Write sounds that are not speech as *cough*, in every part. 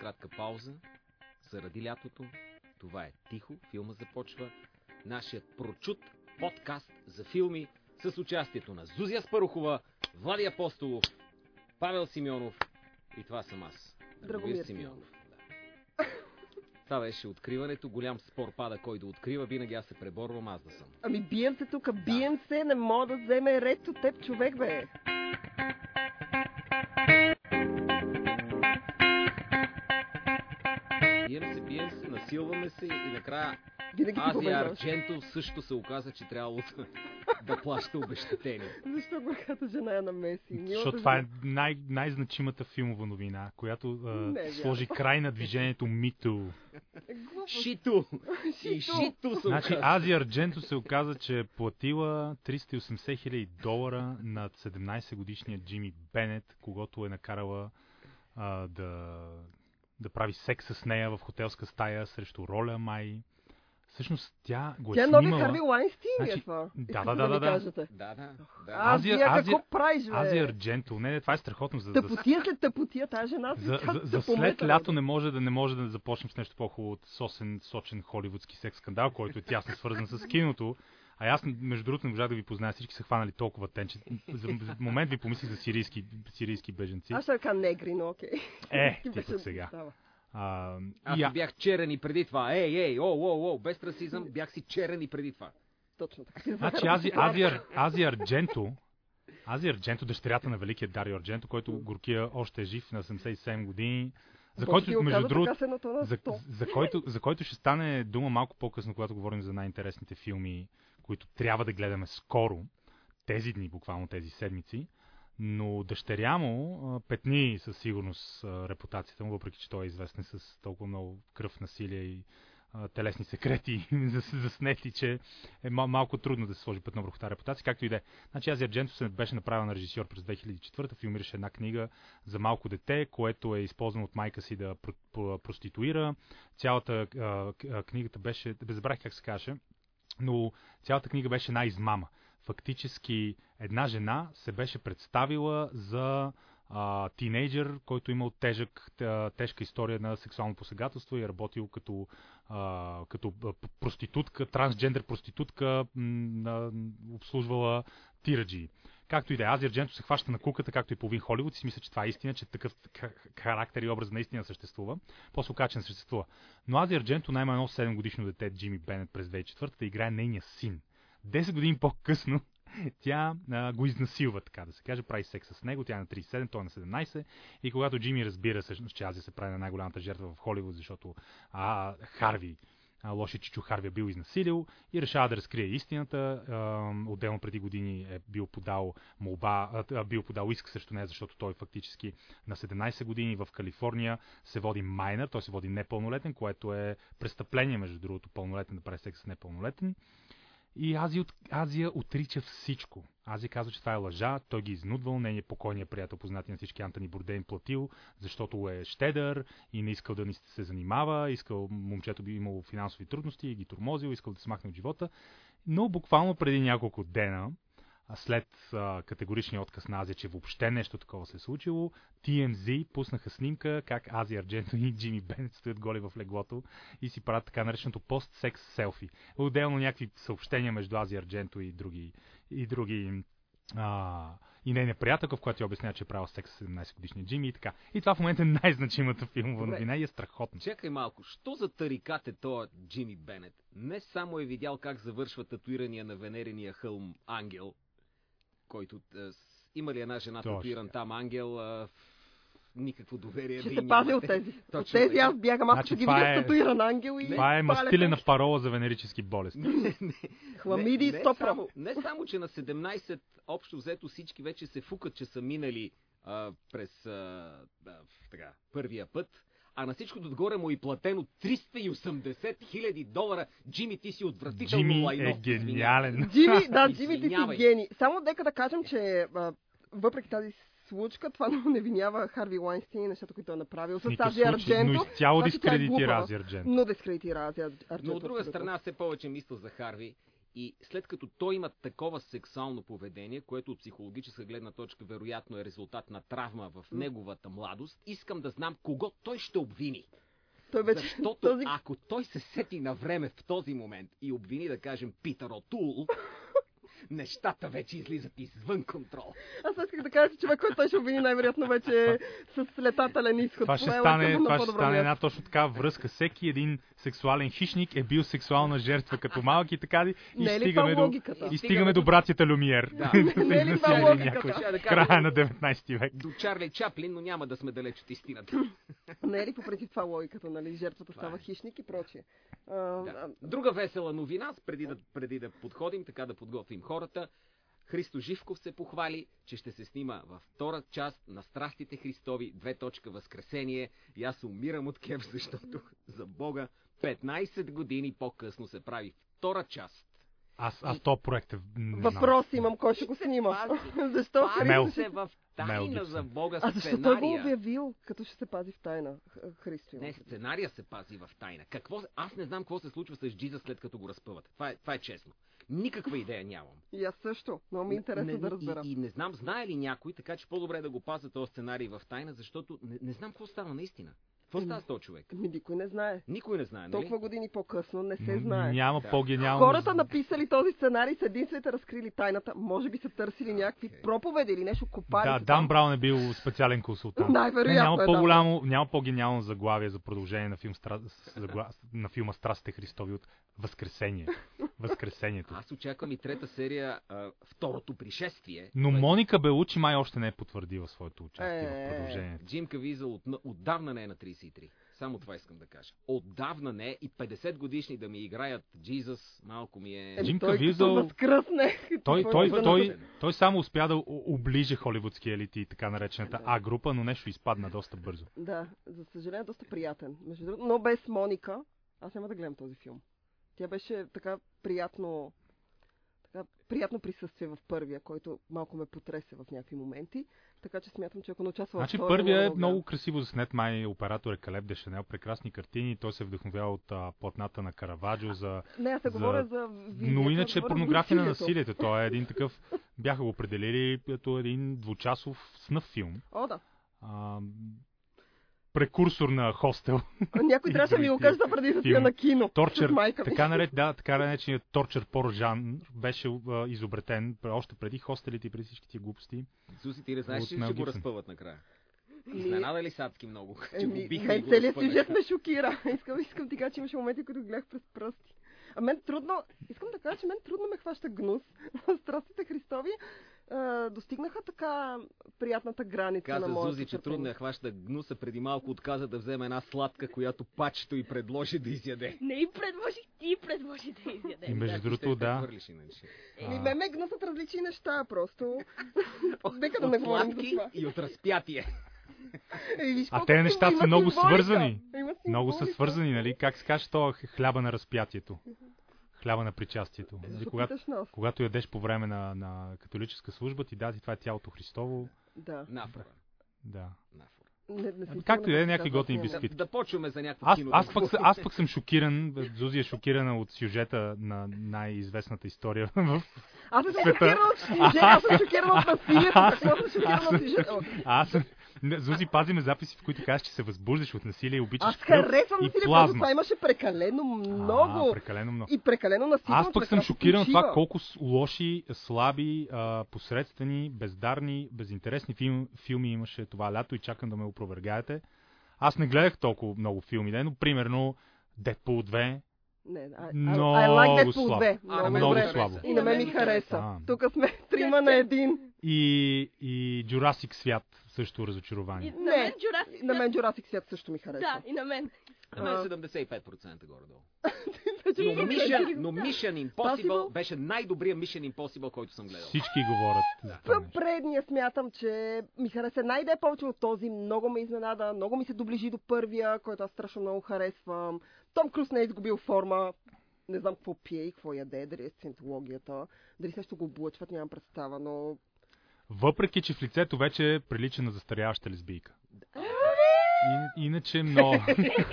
кратка пауза заради лятото. Това е тихо. Филма започва. Нашият прочут подкаст за филми с участието на Зузия Спарухова, Влади Апостолов, Павел Симеонов и това съм аз. Драгомир Да. Това беше откриването. Голям спор пада кой да открива. Винаги аз се преборвам аз да съм. Ами бием се тук, бием се, не мога да вземе ред от теб човек, бе. Бием се, бием се, насилваме се и накрая Винаги ти Азия побеждаваш. Ардженто също се оказа, че трябвало да, да плаща обещетение. Защо горката жена я намеси? Милата Защото това е жена. най- най-значимата филмова новина, която а, Не вярвам. сложи край на движението MeToo. Глупост. Шито! И е Шито. шито се Значи оказа. Азия Ардженто се оказа, че е платила 380 хиляди долара на 17-годишния Джимми Бенет, когато е накарала а, да, да прави секс с нея в хотелска стая срещу роля май. Всъщност тя го е Тя е нови снимала... Харви Лайнстин ли е Значи, това? да, Искате да, да, ми да, да. кажете? Да, да, да. Азия, Азия- Азия, Азия- какво правиш, бе? Азия Ардженто. Не, не, това е страхотно. За, да, Тъпотия след тъпотия, тази жена си за, как за, за се помета, след бе. лято не може да не може да започнем с нещо по-хубаво от сосен, сочен холивудски секс скандал, който е тясно свързан с киното. А аз, между другото, не можах да ви позная, всички са хванали толкова тенче. За, за момент ви помислих за сирийски, сирийски беженци. Аз ще кажа негри, но окей. Е, *laughs* Ти ти беше пък сега. представа. А, Аз и ти а- бях черен и преди това. Ей, ей, о, о, о, без расизъм, бях си черен и преди това. Точно така. Ти Значи захарваш Ази, главата. Ази, Ар- Ази Ардженто, Ази Ардженто, дъщерята на великия Дарио Ардженто, който горкия още е жив на 77 години, за Бог ти който, го между каза, другото, така се едното на за, сто. за, който, за който ще стане дума малко по-късно, когато говорим за най-интересните филми, които трябва да гледаме скоро, тези дни, буквално тези седмици. Но дъщеря му а, петни със сигурност а, репутацията му, въпреки че той е известен с толкова много кръв, насилие и а, телесни секрети *laughs* зас- заснети, че е мал- малко трудно да се сложи петно върху тази репутация, както и да е. Значи Азия Ардженто се беше направил на режисьор през 2004, филмираше една книга за малко дете, което е използвано от майка си да про- про- проституира. Цялата а, к- а, книгата беше, бе, забравих как се каже, но цялата книга беше една измама. Фактически една жена се беше представила за а, тинейджър, който имал тежък, а, тежка история на сексуално посегателство и е работил като, а, като а, п- проститутка, трансджендер проститутка, м, на- обслужвала тираджи. Както и да е, Азия Дженто се хваща на куката, както и половин Холивуд, и си мисля, че това е истина, че такъв ха- характер и образ наистина съществува. После оказа, че не съществува. Но Азия Ардженто найма едно 7 годишно дете, Джимми Бенет, през 2004 да играе нейния син. 10 години по-късно тя а, го изнасилва, така да се каже, прави секс с него, тя е на 37, той е на 17 и когато Джимми разбира всъщност, че Азия се прави на най-голямата жертва в Холивуд, защото а, Харви, а, лоши чичо Харви е бил изнасилил и решава да разкрие истината. А, отделно преди години е бил подал молба, а, а, бил подал иск срещу нея, защото той фактически на 17 години в Калифорния се води майнер, той се води непълнолетен, което е престъпление, между другото, пълнолетен да прави секс с непълнолетен. И Азия, от- Азия отрича всичко. Азия казва, че това е лъжа, той ги изнудвал, нейният покойният приятел, познати на всички Антони Бурдейн, платил, защото е щедър и не искал да ни се занимава, искал момчето би имало финансови трудности и ги тормозил, искал да се смахне от живота. Но буквално преди няколко дена, а след а, категоричния отказ на Азия, че въобще нещо такова се е случило, TMZ пуснаха снимка как Азия Ардженто и Джимми Беннет стоят голи в леглото и си правят така нареченото пост-секс селфи. Отделно някакви съобщения между Азия Ардженто и други, и други а, и нейния приятелка, в която тя обяснява, че е правил секс с 17 годишния Джимми и така. И това в момента е най-значимата филмова Добре. новина и е страхотно. Чакай малко, що за тарикат е тоя Джимми Бенет? Не само е видял как завършва татуирания на венерения хълм Ангел, който е, с- има ли една жена Точно. татуиран там Ангел, е, никакво доверие Ще да те и пази от нямате. тези. От Точно тези така. аз бягам. Аз Е, Значи ще ги това видя е- с татуиран ангел и... Това е палят мастилена парола за венерически болести. Не, не, Хламиди не, 100%. не, само, не само, че на 17 общо взето всички вече се фукат, че са минали а, през а, а, така, първия път, а на всичкото отгоре му е платено 380 хиляди долара. Джими, ти си отвратително Джимми лайно. е гениален. Джими, *laughs* да, Извинявай. Джими, ти си гени. Само дека да кажем, че а, въпреки тази случка, това *laughs* не обвинява Харви Лайнстин и нещата, които е направил В с никакъв тази случай, но Ардженто. изцяло Значи тя е дискредитира глупава. Азия Ардженто. Но дискредитира Азия Ардженто. Но от друга абсолютно. страна все повече мисля за Харви И след като той има такова сексуално поведение, което от психологическа гледна точка вероятно е резултат на травма в неговата младост, искам да знам кого той ще обвини. Той вече Защото този... ако той се сети на време в този момент и обвини, да кажем, Питър *laughs* Отул, нещата вече излизат извън контрол. Аз исках да кажа, че човек, който той ще обвини, най-вероятно вече *laughs* е с летателен изход. Това ще Поела стане, към на това ще по-добро стане място. една точно така връзка. Всеки един сексуален хищник е бил сексуална жертва като малък и така ли. И Не е ли стигаме, това до, логиката? и стигаме до братята Люмиер. *laughs* Да. са Не е ли това изнасяли логиката? някой Щях да в кажа Края на 19 век. До Чарли Чаплин, но няма да сме далеч от *laughs* истината. Не е ли по принцип това логиката, нали? Жертвата Това е. става хищник и прочие. А, Да. а, Друга весела новина, преди да, преди да подходим, така да подготвим хората. Христо Живков се похвали, че ще се снима във втора част на Страстите Христови, две точка Възкресение. И аз умирам от кеф, защото, *laughs* за Бога, 15 години по-късно се прави втора част. Аз, аз този проект е... не знам. Въпрос имам, кой ще го снима? Пази. *laughs* Защо? Пази Мел. се в Мел тайна Гибсън. за Бога А сценария. защо той го обявил, като ще се пази в тайна, Х- Христо? имам Не, предвид. сценария се пази в тайна. Какво... Аз не знам какво се случва с Джиза след като го разпъват. Това е, това е честно. Никаква идея нямам. И аз също. Много ми не, е интересно да и- разбера. И, и не знам, знае ли някой, така че по-добре е да го пазя този сценарий в тайна, защото не, не знам какво стана наистина. Какво Еми. става с този човек? Ми никой не знае. Никой не знае, нали? Толкова години по-късно не се М, знае. Няма Да. по-гениално... Хората написали този сценарий са единствените разкрили тайната. Може би са търсили някакви Окей. проповеди или нещо копали. Да, са Дан там. Браун е бил специален консултант. Най-вероятно Не, няма, е, да. по-голямо, няма по-гениално заглавие за продължение на, филм, Стра... с- загла... на филма Страстите Христови от *laughs* Възкресение. Възкресението. Аз очаквам и трета серия, а, второто пришествие. Но което- Моника Белучи май още не е потвърдила своето участие Е, в продължението. Джим Кавизъл отна- отдавна не е на 33. Само това искам да кажа. Отдавна не е и 50 годишни да ми играят Джизъс, малко ми е... Еми, Джим той като Кавизъл- възкръсне. *laughs* Той, той, да той, направи? той, той само успя да у- оближе холивудския елит и така наречената Да. А-група, но нещо изпадна доста бързо. Да, за съжаление, доста приятен. Между другото, но без Моника, аз няма да гледам този филм. Тя беше така приятно, така приятно присъствие в първия, който малко ме потресе в някакви моменти. Така че смятам, че ако не участва Значи във втория, първия е няма да го много красиво заснет, май оператор е Калеб Дешанел, прекрасни картини, той се вдъхновява от а, платната на Караваджо за... гледам. Не, аз се за- говоря за... визията, Но иначе е говоря за порнография на насилието. насилието, той е един такъв, бяха го определили като един двучасов снъв филм. О, да. А, прекурсор *laughs* на хостел. А, Някой И трябваше да ми го другите каже това преди да филми. отида на кино. Торчер, с майка ми. така, наред, да, така нареченият торчер пор жанр беше а, изобретен още преди хостелите и преди всички тия глупости. Суси, ти не знаеш, От ли, Мел че го Гибсън. разпъват накрая. Ми- Изненада ли садски много? Че го Ами- Еми, биха и мен го целият разпънаха. сюжет ме шокира. *laughs* Искам, искам ти кажа, че имаше моменти, които гледах през пръсти. А мен трудно, искам да кажа, че мен трудно ме хваща гнус. *laughs* Страстите Христови а, достигнаха така приятната граница Каза на моята Зузи, че трудно я хваща гнуса. Преди малко отказа да вземе една сладка, която пачето й предложи да изяде. Не им предложих, ти им предложи да И изяде. между ти ще другото, я да. прехвърлиш иначе. Ми, А. ме ме гнусат различни неща, просто. Нека да не От говорим за сладки това. и от разпятие. Е, виж, А колко те символ- неща са има много символика. свързани. Има Много са символика. свързани, нали? Как се каже то хляба на разпятието? Хляба на причастието. Нали, Защо когато, Е, питаш нас? когато ядеш по време на, на католическа служба, ти дази това е тялото Христово. Да. Нафора. Да. Нафора. Не, не съм Както и да е, сигурна, някакви че това готини е. бисквити. Питки. Да почваме за някакво Аз, кино. да аз, пък, съ- говорим. аз пък съм шокиран, Зузи е шокирана от сюжета на най-известната история *laughs* в Аз не съм света. шокирана от *laughs* сюжета, аз съм шокирана от насилието, какво съм шокирана от сюжета. А аз... Не, Зузи, пазиме записи, в които казваш, че се възбуждаш от насилие и обичаш Аз кръв харесвам и насилие, просто плазма. това имаше прекалено много. А, прекалено много. И прекалено насилие. Аз пък съм прекалено шокиран от това почива. колко с- лоши, слаби, а, посредствени, бездарни, безинтересни филм, филми имаше това лято и чакам да ме опровергаете. Аз не гледах толкова много филми, да, но примерно Deadpool 2. Не, а, Много I like Deadpool слаб. 2. А, Много, мен много ми хареса. добре. слабо. И на мен ми А. хареса. Тук сме трима на един. И, и Jurassic свят също разочарование. И на мен Не. Джураси. И На мен Jurassic Свят също ми хареса. *laughs* Да, и на мен. На мен А. 75% горе-долу. Вече Но ми хареса. Mission, но Mission Impossible Possible? беше най-добрият Mission Impossible, който съм гледал. Всички говорят за това. За нещо. предния смятам, че ми хареса най-де повече от този. Много ме изненада, много ми се доближи до първия, който аз страшно много харесвам. Том Круз не е изгубил форма. Не знам какво пие и какво яде, дали е синтологията, дали също го облъчват, нямам представа, *laughs* но... Въпреки, че в лицето вече е прилича на застаряваща лесбийка. *laughs* И, иначе много. Ин-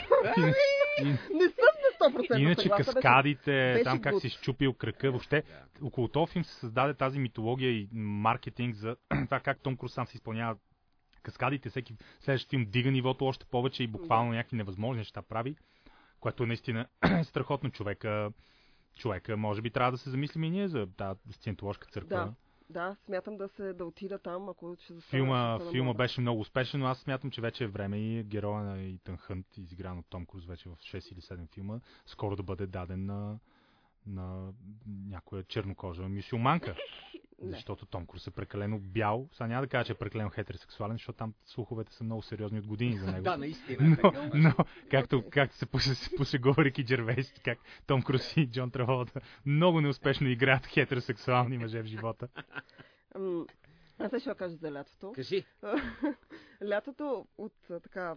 ин- Не съм на 100% абсолютно Иначе съгласна, беше- каскадите, беше там как good. си щупил кръка, въобще Да. около този филм се създаде тази митология и маркетинг за *clears throat* това как Том Круз сам си изпълнява каскадите, всеки следващ филм дига нивото още повече и буквално някакви невъзможни неща прави, което е наистина *clears throat* страхотно човека. Човека, може би трябва да се замислим и ние за тази сциентоложка църква. Да. Да, смятам да се да отида там, ако ще застана. Филма, Е, ще стана филма млада. беше много успешен, но аз смятам, че вече е време и героя на Итан Хънт, изигран от Том Круз вече в 6 или 7 филма, скоро да бъде даден на, на някоя *laughs* чернокожа мюсюлманка. Не. Защото Том Круз е прекалено бял. Сега няма да кажа, че е прекалено хетеросексуален, защото там слуховете са много сериозни от години за *laughs* него. Да, наистина. Но, е така. но както, както се пуше, се пуше Говорики Джервейс, как Том Круз и Джон Траволта много неуспешно играят хетеросексуални мъже в живота. М, Аз сега ще кажа за лятото. Кажи, *laughs* Лятото от а, така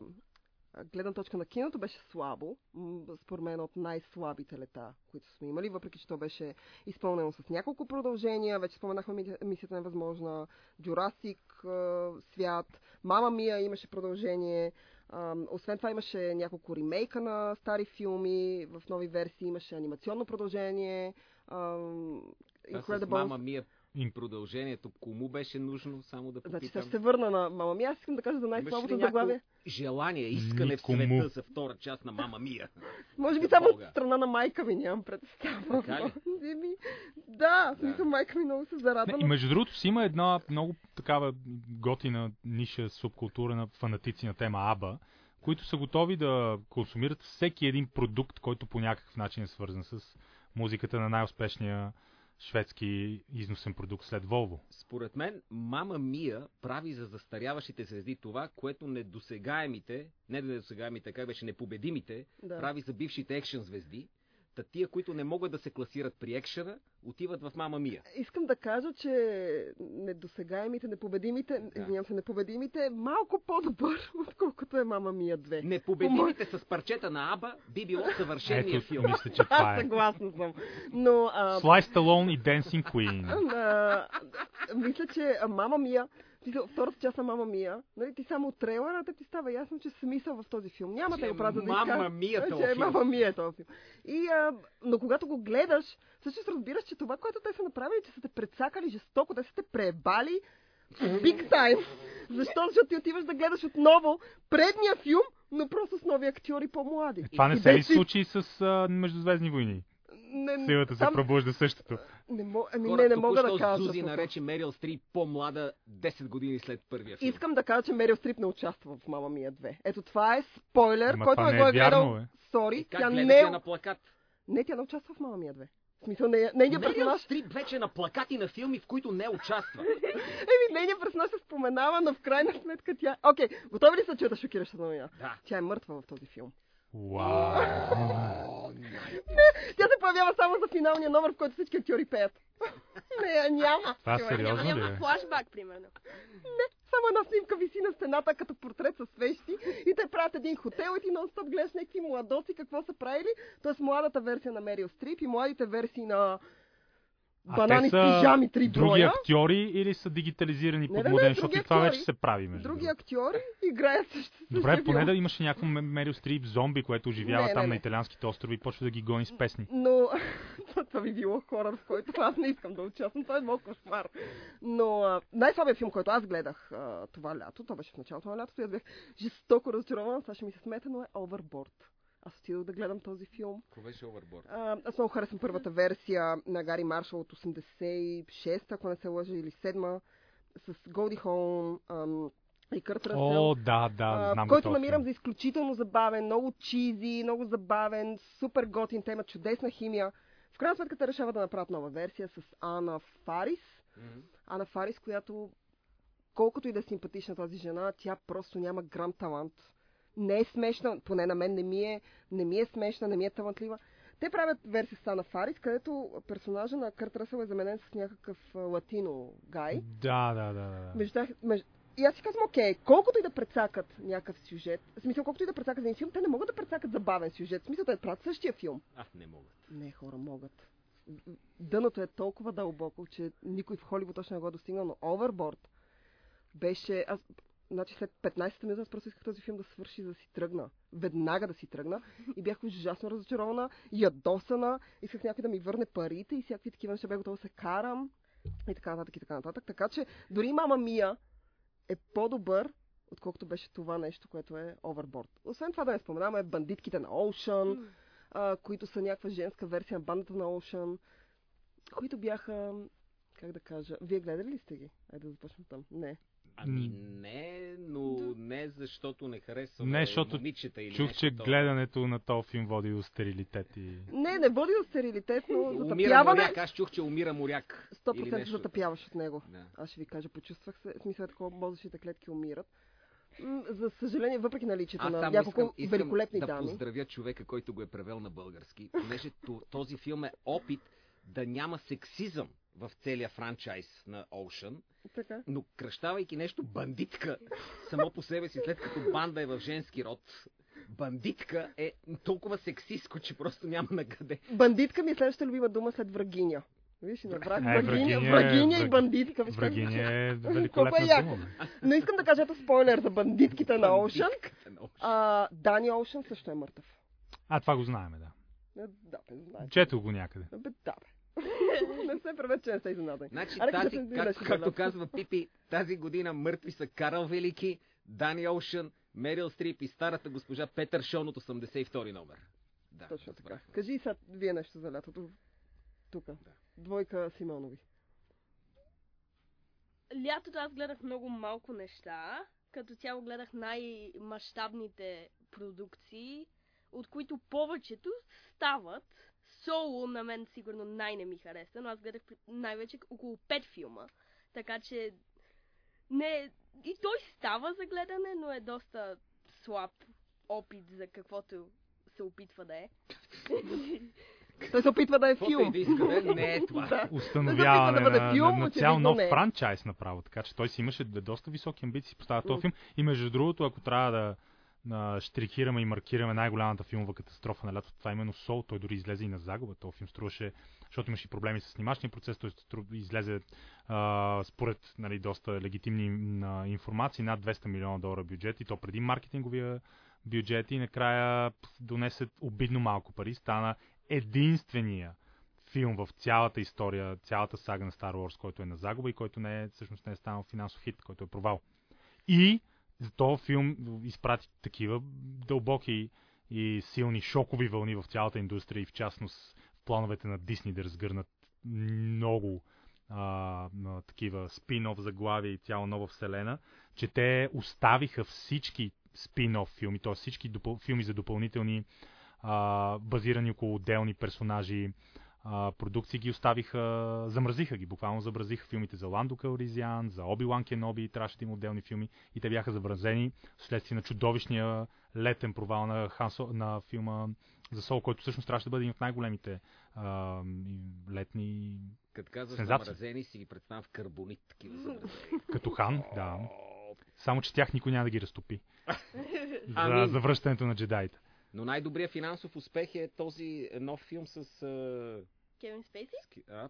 а, гледна точка на киното беше слабо. М, Според мен от най-слабите лета, които сме имали, въпреки че то беше изпълнено с няколко продължения. Вече споменахме ми- мисията невъзможна, Джурасик, а, свят, Мама Мия имаше продължение. А, Освен това имаше няколко ремейка на стари филми, в нови версии имаше анимационно продължение. а, аз с Incredibles. мама мия Ин- продължението кому беше нужно, само да Значи попитам. сега ще се върна на Мама Мия. Аз искам да кажа за Имаш ли най-слабото някакво заглавие. Желание, искане Никому. в света за втора част на мама мия. Може би Да, само от Бога. страна на майка ми нямам представа. Така *laughs* ли? Еми, да, в смисъл Да. майка ми много се Не, зарадва. и но- между другото си има една много такава готина ниша субкултура на фанатици на тема Аба, които са готови да консумират всеки един продукт, който по някакъв начин е свързан с музиката на най-успешния шведски износен продукт след Волво. Според мен, мама Мия прави за застаряващите звезди това, което недосегаемите, не недосегаемите, как беше, непобедимите, Да. прави за бившите екшен звезди. Та тия, които не могат да се класират при екшена, отиват в мама Мия. Искам да кажа, че недосегаемите, непобедимите, Да. извинявам се, непобедимите е малко по-добър, *laughs* отколкото е Мама Мия 2. Непобедимите с парчета на Аба би било съвършения Ето, филм. мисля, че това *laughs* Аз е. съгласна съм. Но а, Sly Stallone и Dancing Ами, Queen. а, мисля, че а, Мама Мия, в смисъл, втората част на Мама Мия, нали, ти само от трейлера, ти става ясно, че смисъл в този филм. Няма да Че го правя, за да изкарам- Мама Мия Че е този мама филм. ми е този филм. И, а, но когато го гледаш, всъщност разбираш, че това, което те са направили, че са те предсакали жестоко, те са те пребали биг тайм. Защо? Защото ти отиваш да гледаш отново предния филм, но просто с нови актьори по-млади. Е, Това не И се ли без си- случи с а, Междузвездни войни? Не, не- Силата се там пробужда същото. Не, мо... ами, Хора, не, не мога да току-що кажа. Зузи това. нарече Мерил Стрип по-млада 10 години след първия филм. Искам да кажа, че Мерил Стрип не участва в Мама Мия 2. Ето това е спойлер, Ама който това не не го е е гледал. вярно, бе. И Сори, тя как гледа не... тя е- на плакат? не, тя не участва в Мама Мия 2. В смисъл, не, е нейният Мерил персонаж Стрип вече е на плакати на филми, в които не *laughs* участва. Еми, нейният персонаж се споменава, но в крайна сметка тя... Окей, готови ли са чуята шокираща новина? Да. Тя е мъртва в *laughs* този филм. Вау! Тя се появява само за финалния номер, в който всички актьори пеят. *laughs* Не, я няма. Това Човек. сериозно ли Няма е? флашбак, примерно. Само една снимка виси на стената като портрет със свещи и те правят един хотел и ти нон-стоп гледаш някакви младоци какво са правили. Тоест младата версия на Мерил Стрип и младите версии на банани с пижами три други броя. актьори или са Не, дигитализирани под не, не, моден, други защото и това вече актьори. се прави. Между Други другото. актьори играят също. Добре, поне да имаше някакво М- Мерил Стрип зомби, което оживява Не, не, там не. на италианските острови и почва да ги гони с песни. Но *laughs* това- това би било хора, в който аз не искам да участвам. Това е моят кошмар. Но а, най-слабият филм, който аз гледах а, това лято, то беше в началото на лятото, и аз бях жестоко разочарована, сега ще ми се смета, но е Overboard. Аз отидох да гледам този филм. Ако беше оверборд. А, аз много харесвам първата версия на Гари Маршал от 86, ако не се лъжа, или 7 с Голди Хоун ам, и Кърт Расел. О, да, да, А, знам който този намирам филм. за изключително забавен, много чизи, много забавен, супер готин, тема, чудесна химия. В крайна сметка те решават да направят нова версия с Ана Фарис. Ана Фарис, която колкото и да е симпатична тази жена, тя просто няма грам талант. Не е смешна, поне на мен не ми е, не ми е смешна, не ми е талантлива. Те правят версия с Ана Фарис, където персонажа на Кърт Ръсъл е заменен с някакъв а, латино гай. Да, да, да. да. Между тях, между... И аз си казвам, окей, колкото и да прецакат някакъв сюжет, в смисъл, колкото и да прецакат един филм, те не могат да прецакат забавен сюжет. В смисъл, те правят същия филм. А, не могат. Не, хора могат. Дъното е толкова дълбоко, че никой в Холивуд още не го е достигнал, но Overboard беше... Аз Значи след 15 минути аз просто исках този филм да свърши, за да си тръгна. Веднага да си тръгна. И бях ужасно разочарована, ядосана. Исках някой да ми върне парите и всякакви такива неща. Бях готова да се карам. И така нататък, и така нататък. Така че дори мама Мия е по-добър, отколкото беше това нещо, което е оверборд. Освен това да не споменаваме бандитките на Ocean, М. а, които са някаква женска версия на бандата на Ocean, които бяха, как да кажа, вие гледали ли сте ги? Айде да започнем там. Не. Ами М. не, но не защото не харесвам Не, защото момичета или Чух, нещо че такова. гледането на този филм води до стерилитет и... Не, не води до стерилитет, но Умира затъпяване. моряк, аз чух, че умира моряк. Или 100% нещо. затъпяваш от него. Да. Аз ще ви кажа, почувствах се, в смисъл е такова, мозъчните клетки умират. М, За съжаление, въпреки наличието Аз на само няколко искам, искам великолепни да дами. поздравя човека, който го е превел на български, понеже то- този филм е опит да няма сексизъм в целия франчайз на Ocean, Така. но кръщавайки нещо бандитка само по себе си, след като банда е в женски род, бандитка е толкова сексистко, че просто няма на къде. Бандитка ми е следващата любима дума след врагиня. Виж, и на враг, Е, врагиня, врагиня е- врагиня и враг- бандитка. Виж, как звучи. Врагиня е Колко е великолепна яко. дума. бе. *laughs* Но искам да кажа ето спойлер за бандитките на Ocean. Бандитката на Ocean. А, Дани Олшън също е мъртъв. А, това го знаем, да. Е, Да, бе, знаеш. Чето го някъде. Бе, да, бе. *laughs* не се правете, че не сте изненадани. Значи Аре, тази, кажете, как, беше както изненадан. казва Пипи, тази година мъртви са Карл Велики, Дани Оушън, Мерил Стрип и старата госпожа Петър Шон от 82 номер. Да, Точно така. разбрах. Кажи сега вие нещо за лятото. Тук. Двойка Симонови. Лятото аз гледах много малко неща. Като цяло гледах най-мащабните продукции, от които повечето стават. Соло на мен сигурно най-не ми хареса, но аз гледах при- най-вече около 5 филма. Така че не... И той става за гледане, но е доста слаб опит за каквото се опитва да е. Той се опитва да е Каквото и филм. да иска да е, не е това. *laughs* Да. установяване да бъде на, филм, на, на цял очевидно нов не е. франчайз направо. Така че той си имаше д- доста високи амбиции поставя този Мгм. филм. И между другото, ако трябва да а, штрихираме и маркираме най-голямата филмова катастрофа на лятото, това е именно Сол. Той дори излезе и на загуба. Този филм струваше, защото имаше и проблеми с снимачния процес, той стру- излезе а, според нали, доста легитимни м, а, информации над 200 милиона долара бюджет и то преди маркетинговия бюджет и накрая п, донесе обидно малко пари. Стана единствения филм в цялата история, цялата сага на Star Wars, който е на загуба и който не е, всъщност не е станал финансов хит, който е провал. И за този филм изпрати такива дълбоки и силни шокови вълни в цялата индустрия и в частност в плановете на Дисни да разгърнат много а, на такива спин-оф заглавия и цяла нова вселена, че те оставиха всички спин-оф филми, т.е. всички допъл... филми за допълнителни а, базирани около отделни персонажи а, продукции ги оставиха, замразиха ги, буквално замразиха филмите за Ландо Калризиан, за Оби-Лан Кеноби, трябваше да има отделни филми и те бяха замразени вследствие на чудовищния летен провал на, Хансо, на филма за Сол, който всъщност трябваше да бъде един от най-големите а, и летни Като казваш Сензация. замразени, си ги представям в карбонит, такива замразени. като хан, да. Само, че тях никой няма да ги разтопи. *laughs* За, Ами- Амин. за връщането на джедаите. Но най-добрият финансов успех е този нов филм с... Uh, Кевин Е, Спейси? а,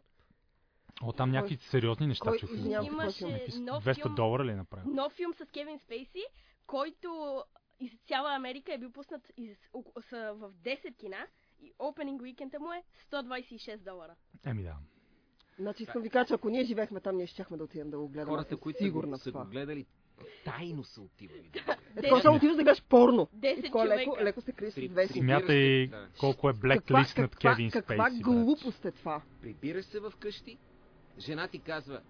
О, там някакви сериозни неща кой- чух. извинявам се, кой филм е? Имаше Някакви нов 200 филм долара ли е направи? нов филм с Кевин Спейси, който из цяла Америка е бил пуснат из, око- са в 10 кина и опенинг уикенда му е 126 долара. Еми да. Значи искам ви кажа, че ако ние живеехме там, ние щяхме да отидем да го гледаме. хората, Аз съм които са сигурна го, в са това. го гледали, тайно са отивали. да го гледат. Е, Такова само отиваш да гледаш порно. И 10 такова леко, човека. леко се криеш Три- с две си. три- Смятай Да. колко е блеклист над Кевин Спейси. Каква брат. глупост е това? Прибираш се вкъщи, жена ти казва,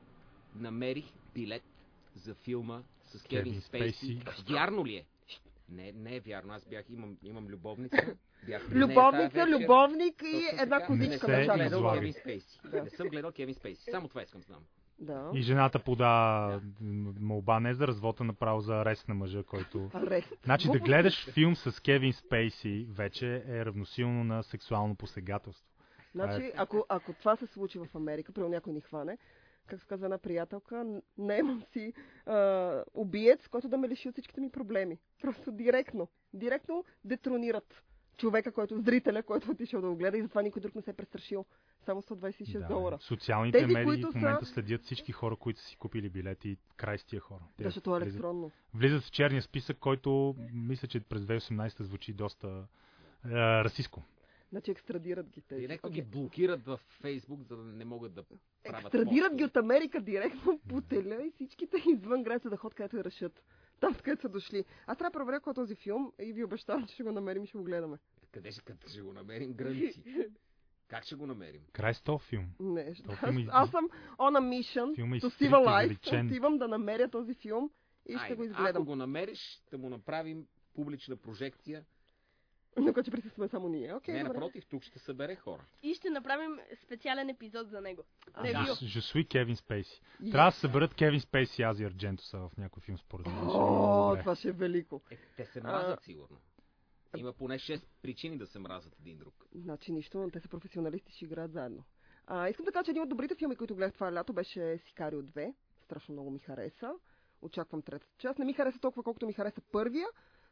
намерих билет за филма с Кевин Кевин Спейси. Спейси. Вярно ли е? Не, не е вярно. Аз бях, имам, имам любовница. *laughs* Бях при нея Любовница, тази вечер. любовник и е Точно една така. козичка Не на Не съм се чакане. изла- гледал излагай. Кевин Спейси. Да. Не съм гледал Кевин Спейси. Само това искам да знам. Да. И жената пода м, молба не за развод, а направо за арест на мъжа, който... Арест. Значи да Глупост. гледаш филм с Кевин Спейси вече е равносилно на сексуално посегателство. е, Значи, ако, ако това се случи в Америка, при някой ни хване, както каза една приятелка, н- наемам си а, убиец, който да ме лиши от всичките ми проблеми. Просто директно. Директно детронират човека, който, зрителя, който е отишъл да го гледа и затова никой друг не се е престрашил. Само 126 да, долара. Социалните Тези, медии които в момента са- следят всички хора, които са си купили билети и край с тия хора. Те Защото е влизат- електронно. влизат в черния списък, който мисля, че през 2018 звучи доста е, расистко. Значи екстрадират ги тези. Директно Окей. ги блокират във Фейсбук, за да не могат да правят Е, Екстрадират ги постове. от Америка директно по теля и всичките *laughs* извън граница да ход, където я решат. Там, с където са дошли. Аз трябва да проверя кой е този филм и ви обещавам, че ще го намерим и ще го гледаме. Къде ще, къде ще го намерим граници? Как ще го намерим? Край с този филм. Не, То аз, филма и- аз съм on a mission филма и to стрит civil life. извлечен. Отивам да намеря този филм и ще Айде, го изгледам. Ако го намериш, да му направим публична прожекция. На който ще присъстваме само ние. Окей, не, добре. напротив, тук ще събере хора. И ще направим специален епизод за него. А, Ревю. Жус- Жусуи Кевин Спейси. И- Трябва да се съберат Кевин Спейси и Ази Арджентоса в някой филм според мен. Ще е много О, добре. това ще е велико. Е, те се мразят сигурно. Има поне 6 причини да се мразят един друг. Значи нищо, но те са професионалисти, ще играят заедно. А, искам да кажа, че един от добрите филми, които гледах това лято, беше Сикарио 2. Страшно много ми хареса. Очаквам третата част. Не ми хареса толкова, колкото ми хареса първия,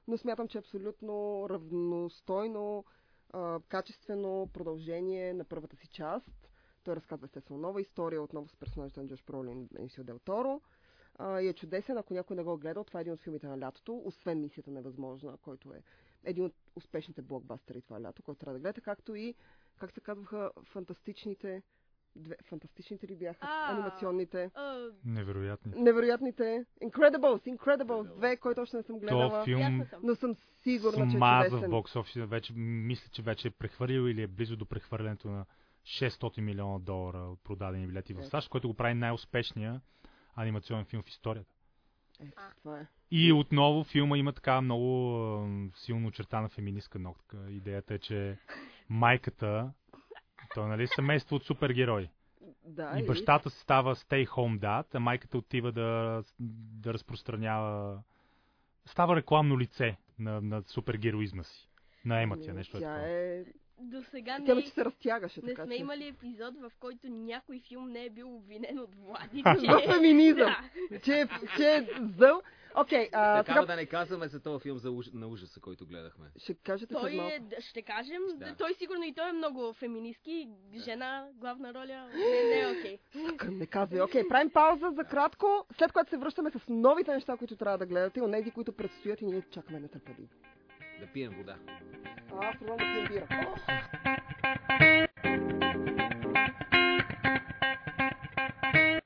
но смятам, че е абсолютно равностойно, а, качествено продължение на първата си част. Той разказва естествено нова история, отново с персонажите на Джош Бролин и Бенисио Дел Торо. А, и е чудесен, ако някой не го е гледал, това е един от филмите на лятото, освен Мисията невъзможна, който е един от успешните блокбастери това лято, който трябва да гледате, както и, как се казваха, фантастичните, две, фантастичните ли бяха, А. анимационните, А, е Невероятни. невероятните, Incredibles, Incredibles 2, който още не съм То гледала, филм ясна съм. но съм сигурна, че е смаза в чудесен. бокс офиса. Вече, мисля, че вече е прехвърлил или е близо до прехвърлянето на 600 милиона долара от продадени билети в Ето. САЩ, който го прави най-успешния анимационен филм в историята. Ето, това е. И отново филма има така много ам, силно очертана феминистка нотка. Идеята е, че майката, то е нали семейство от супергерои. Да, И бащата си става stay home dad, а майката отива да, да разпространява... Става рекламно лице на, на супергероизма си. На Ами, емация, нещо е тя такова. е... до сега Тя не, вече се разтягаше, Ами, не така сме че... имали епизод, в който някой филм не е бил обвинен от Влади, че... За феминизъм! Да. че, че е зъл. Окей, а, Такава така... да не казваме за този филм за уж... на ужаса, който гледахме. Ще кажете след Той малко. е, да, ще кажем, Да. да. той сигурно и той е много феминистки, жена, главна роля, не, не е окей. Към не казвай. Окей, правим пауза за кратко, след което се връщаме с новите неща, които трябва да гледате и онези, които предстоят и ние чакаме нетърпеливо. Да пием вода. А, аз пробвам да пия бира. О! Стига,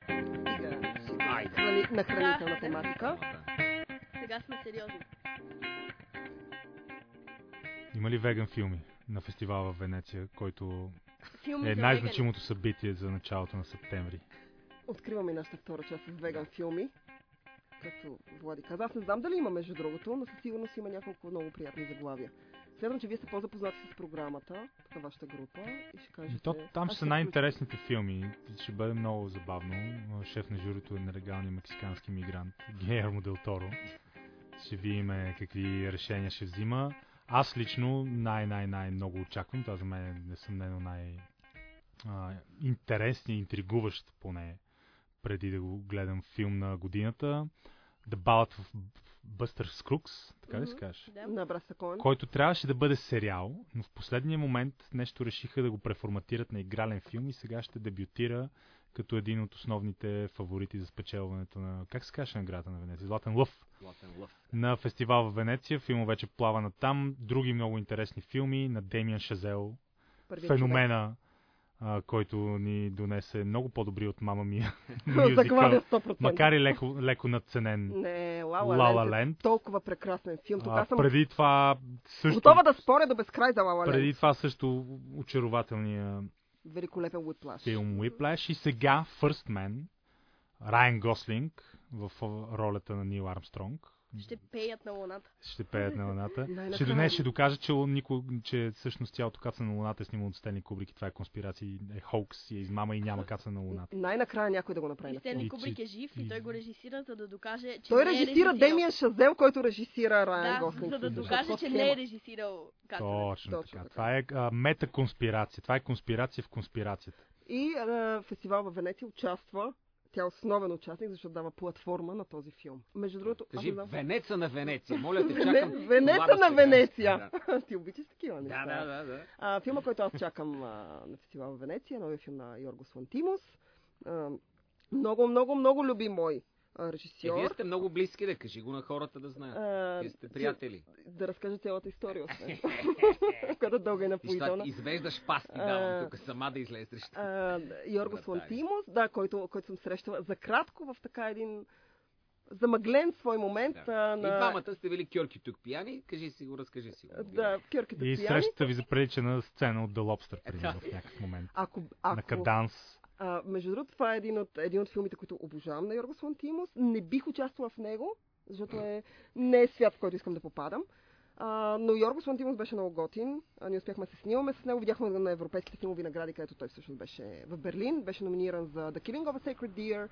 стига. Айде. Храни- Ами, На хранителна Да. тематика. Сега сме сериозни. Има ли веган филми на фестивала в Венеция, който Филми е за най-значимото събитие за началото на септември? Откриваме и нашата втора част с веган филми. Както Влади каза, аз не знам дали има между другото, но със сигурност има няколко много приятни заглавия. Следвам, че вие сте по-запознати с програмата, на вашата група и ще кажете... И Ами то, там Аз ще ще са най-интересните филми. Ще бъде много забавно. Шеф на журито е нелегалният мексикански мигрант Гейермо Дел Торо. Ще видим е, какви решения ще взима. Аз лично най-най-най много очаквам. Това за мен е несъмнено най- а, интересният, интригуващ поне преди да го гледам филм на годината. The Ballad of Buster Scruggs, така ли се Мгм. каже? Да. На Браса Коен. който трябваше да бъде сериал, но в последния момент нещо решиха да го преформатират на игрален филм и сега ще дебютира като един от основните фаворити за спечелването на, как се каже наградата на Венеция? Златен лъв Златен лъв. на фестивал в Венеция. Филма вече плава на там. Други много интересни филми на Демиан Шазел. първият Феномена, а, който ни донесе много по-добри от *laughs* мама ми. човек. Заглавия 100%. Макар и леко, леко надценен. Не, La La Лала Ленд Land. е толкова прекрасен филм. Тогава А, съм преди това също... готова да споря до безкрай за Лала Преди Ленд. това също очарователния Великолепен Whiplash. филм Whiplash и сега First Man, Райан Гослинг в ролята на Нил Армстронг. Ще пеят на луната. Ще пеят на Луната. Най-накрая. Ще донес, ще докаже, че, никой, че всъщност цялото кацане на Луната е снимано от Стенли Кубрик и това е конспирация, е хоукс и е измама и няма кацане на Луната. Най-накрая някой да го направи. И на филм. Стенли И Кубрик че- е жив и и- той го режисира, за да докаже, че Той не е режисира режисирал. Демиан Шазел, който режисира Райан Да, Гослинг. за да Всъщност, докаже, какво че схема? не е режисирал кацането. Точно Точно така. така. Това е а, метаконспирация. Това е конспирация в конспирацията. И а, фестивал във Венеция участва Тя е основен участник, защото дава платформа на този филм. Между другото, аз Кажи не знам. Венеца на Венеция. Моля те, Вене- чакам. това Венеца да на се Венеция. каже. *laughs* Ти обичаш такива неща. Да, да, да. да, Е, да. А, филма, който аз чакам а, на фестивал в Венеция, новия филм на Йоргос Лантимос. А, много, много, много люби мой а, Е, вие режисьор. сте много близки, да кажи го на хората да знаят. А, Вие сте приятели. Да разкажа цялата история, освен. *laughs* която дълга и Виж, напоителна. так, извеждаш пасти, А, давам тук сама да излезе срещу. А, Йоргос Вратари. Лантимос, да, който, който съм срещала за кратко в така един замъглен свой момент Да. а, И на... двамата сте били кьорки тук пияни. Кажи си го, разкажи си го. Да, кьорките И пияни. срещата ви заприлича на сцена от The Lobster, примерно, в някакъв момент. Ако, На ако каданс. А, между другото, това е един от, един от филмите, които обожавам на Йоргос Лантимос. Не бих участвала в него, защото е, не е свят, в който искам да попадам. А, но Йоргос Лантимос беше много готин. А, ние успяхме да се снимаме с него. Видяхме го на европейските филмови награди, където той всъщност беше в Берлин. Беше номиниран за The Killing of a Sacred Deer.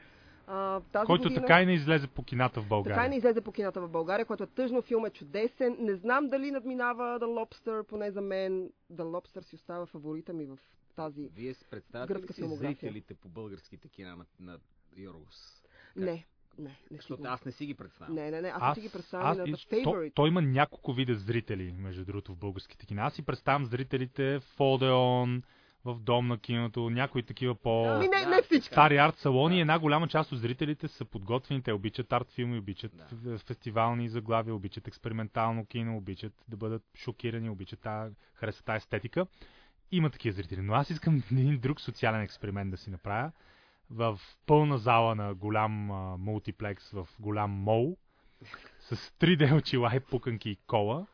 А, тази Който година... така и не излезе по кината в Така и не България. излезе по кината в България, което е тъжно, филм е чудесен. Не знам дали надминава The Lobster, поне за мен. The Lobster си остава фаворита ми в тази... Вие си представяте Гръцка ли си филмография. зрителите по българските кина на, на Йоргос? Не, не, не си Защото го аз не си ги представям. Е, Не, не, не, аз, аз си ги представям на и- The то, Favorite. той има няколко вида зрители, между другото, в българските кина. Аз си представям зрителите в Одеон, в Дом на киното, някои такива по... Ами не, Да, не всички. така. стари арт салони, Да. една голяма част от зрителите са подготвени, те обичат арт филми, обичат Да. да. фестивални заглавия, обичат експериментално кино, обичат да бъдат шокирани, обичат та, харесват тази естетика. Има такива зрители, но аз искам *laughs* един друг социален експеримент да си направя. В пълна зала на голям а, мултиплекс, в голям мол, с 3D очила и пуканки и кола,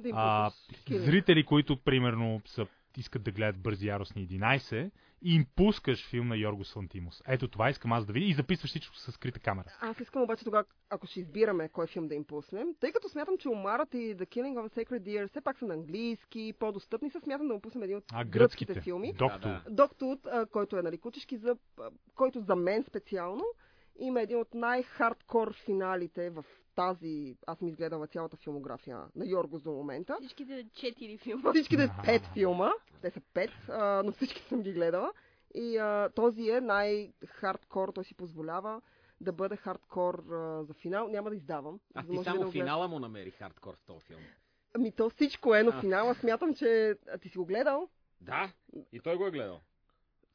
Да им а, пуснеш кино. зрители, които примерно са, искат да гледат бързи яростни 11 и им пускаш филм на Йоргос Лантимос. Ето това искам аз да видя и записваш всичко с скрита камера. Аз искам обаче тогава, ако ще избираме кой филм да им пуснем, тъй като смятам, че Омарът и The Killing of a Sacred Deer все пак са на английски, по-достъпни, се смятам да му пуснем един от А гръцките, гръцките, филми. Доктор. Да, Доктор, а, който е нали, кучешки зъб, а, който за мен специално има един от най-хардкор финалите в тази... Аз ми изгледала цялата филмография на Йоргос до момента. Всичките четири филма. Всичките Да. пет филма, те са пет, а, но всички съм ги гледала. И а, този е най-хардкор, той си позволява да бъде хардкор а, за финал. Няма да издавам. Аз за да ти може само да го гледаш. финала му намери хардкор в този филм. Ами то всичко е, но А. финала смятам, че... А, ти си го гледал? Да, и той го е гледал.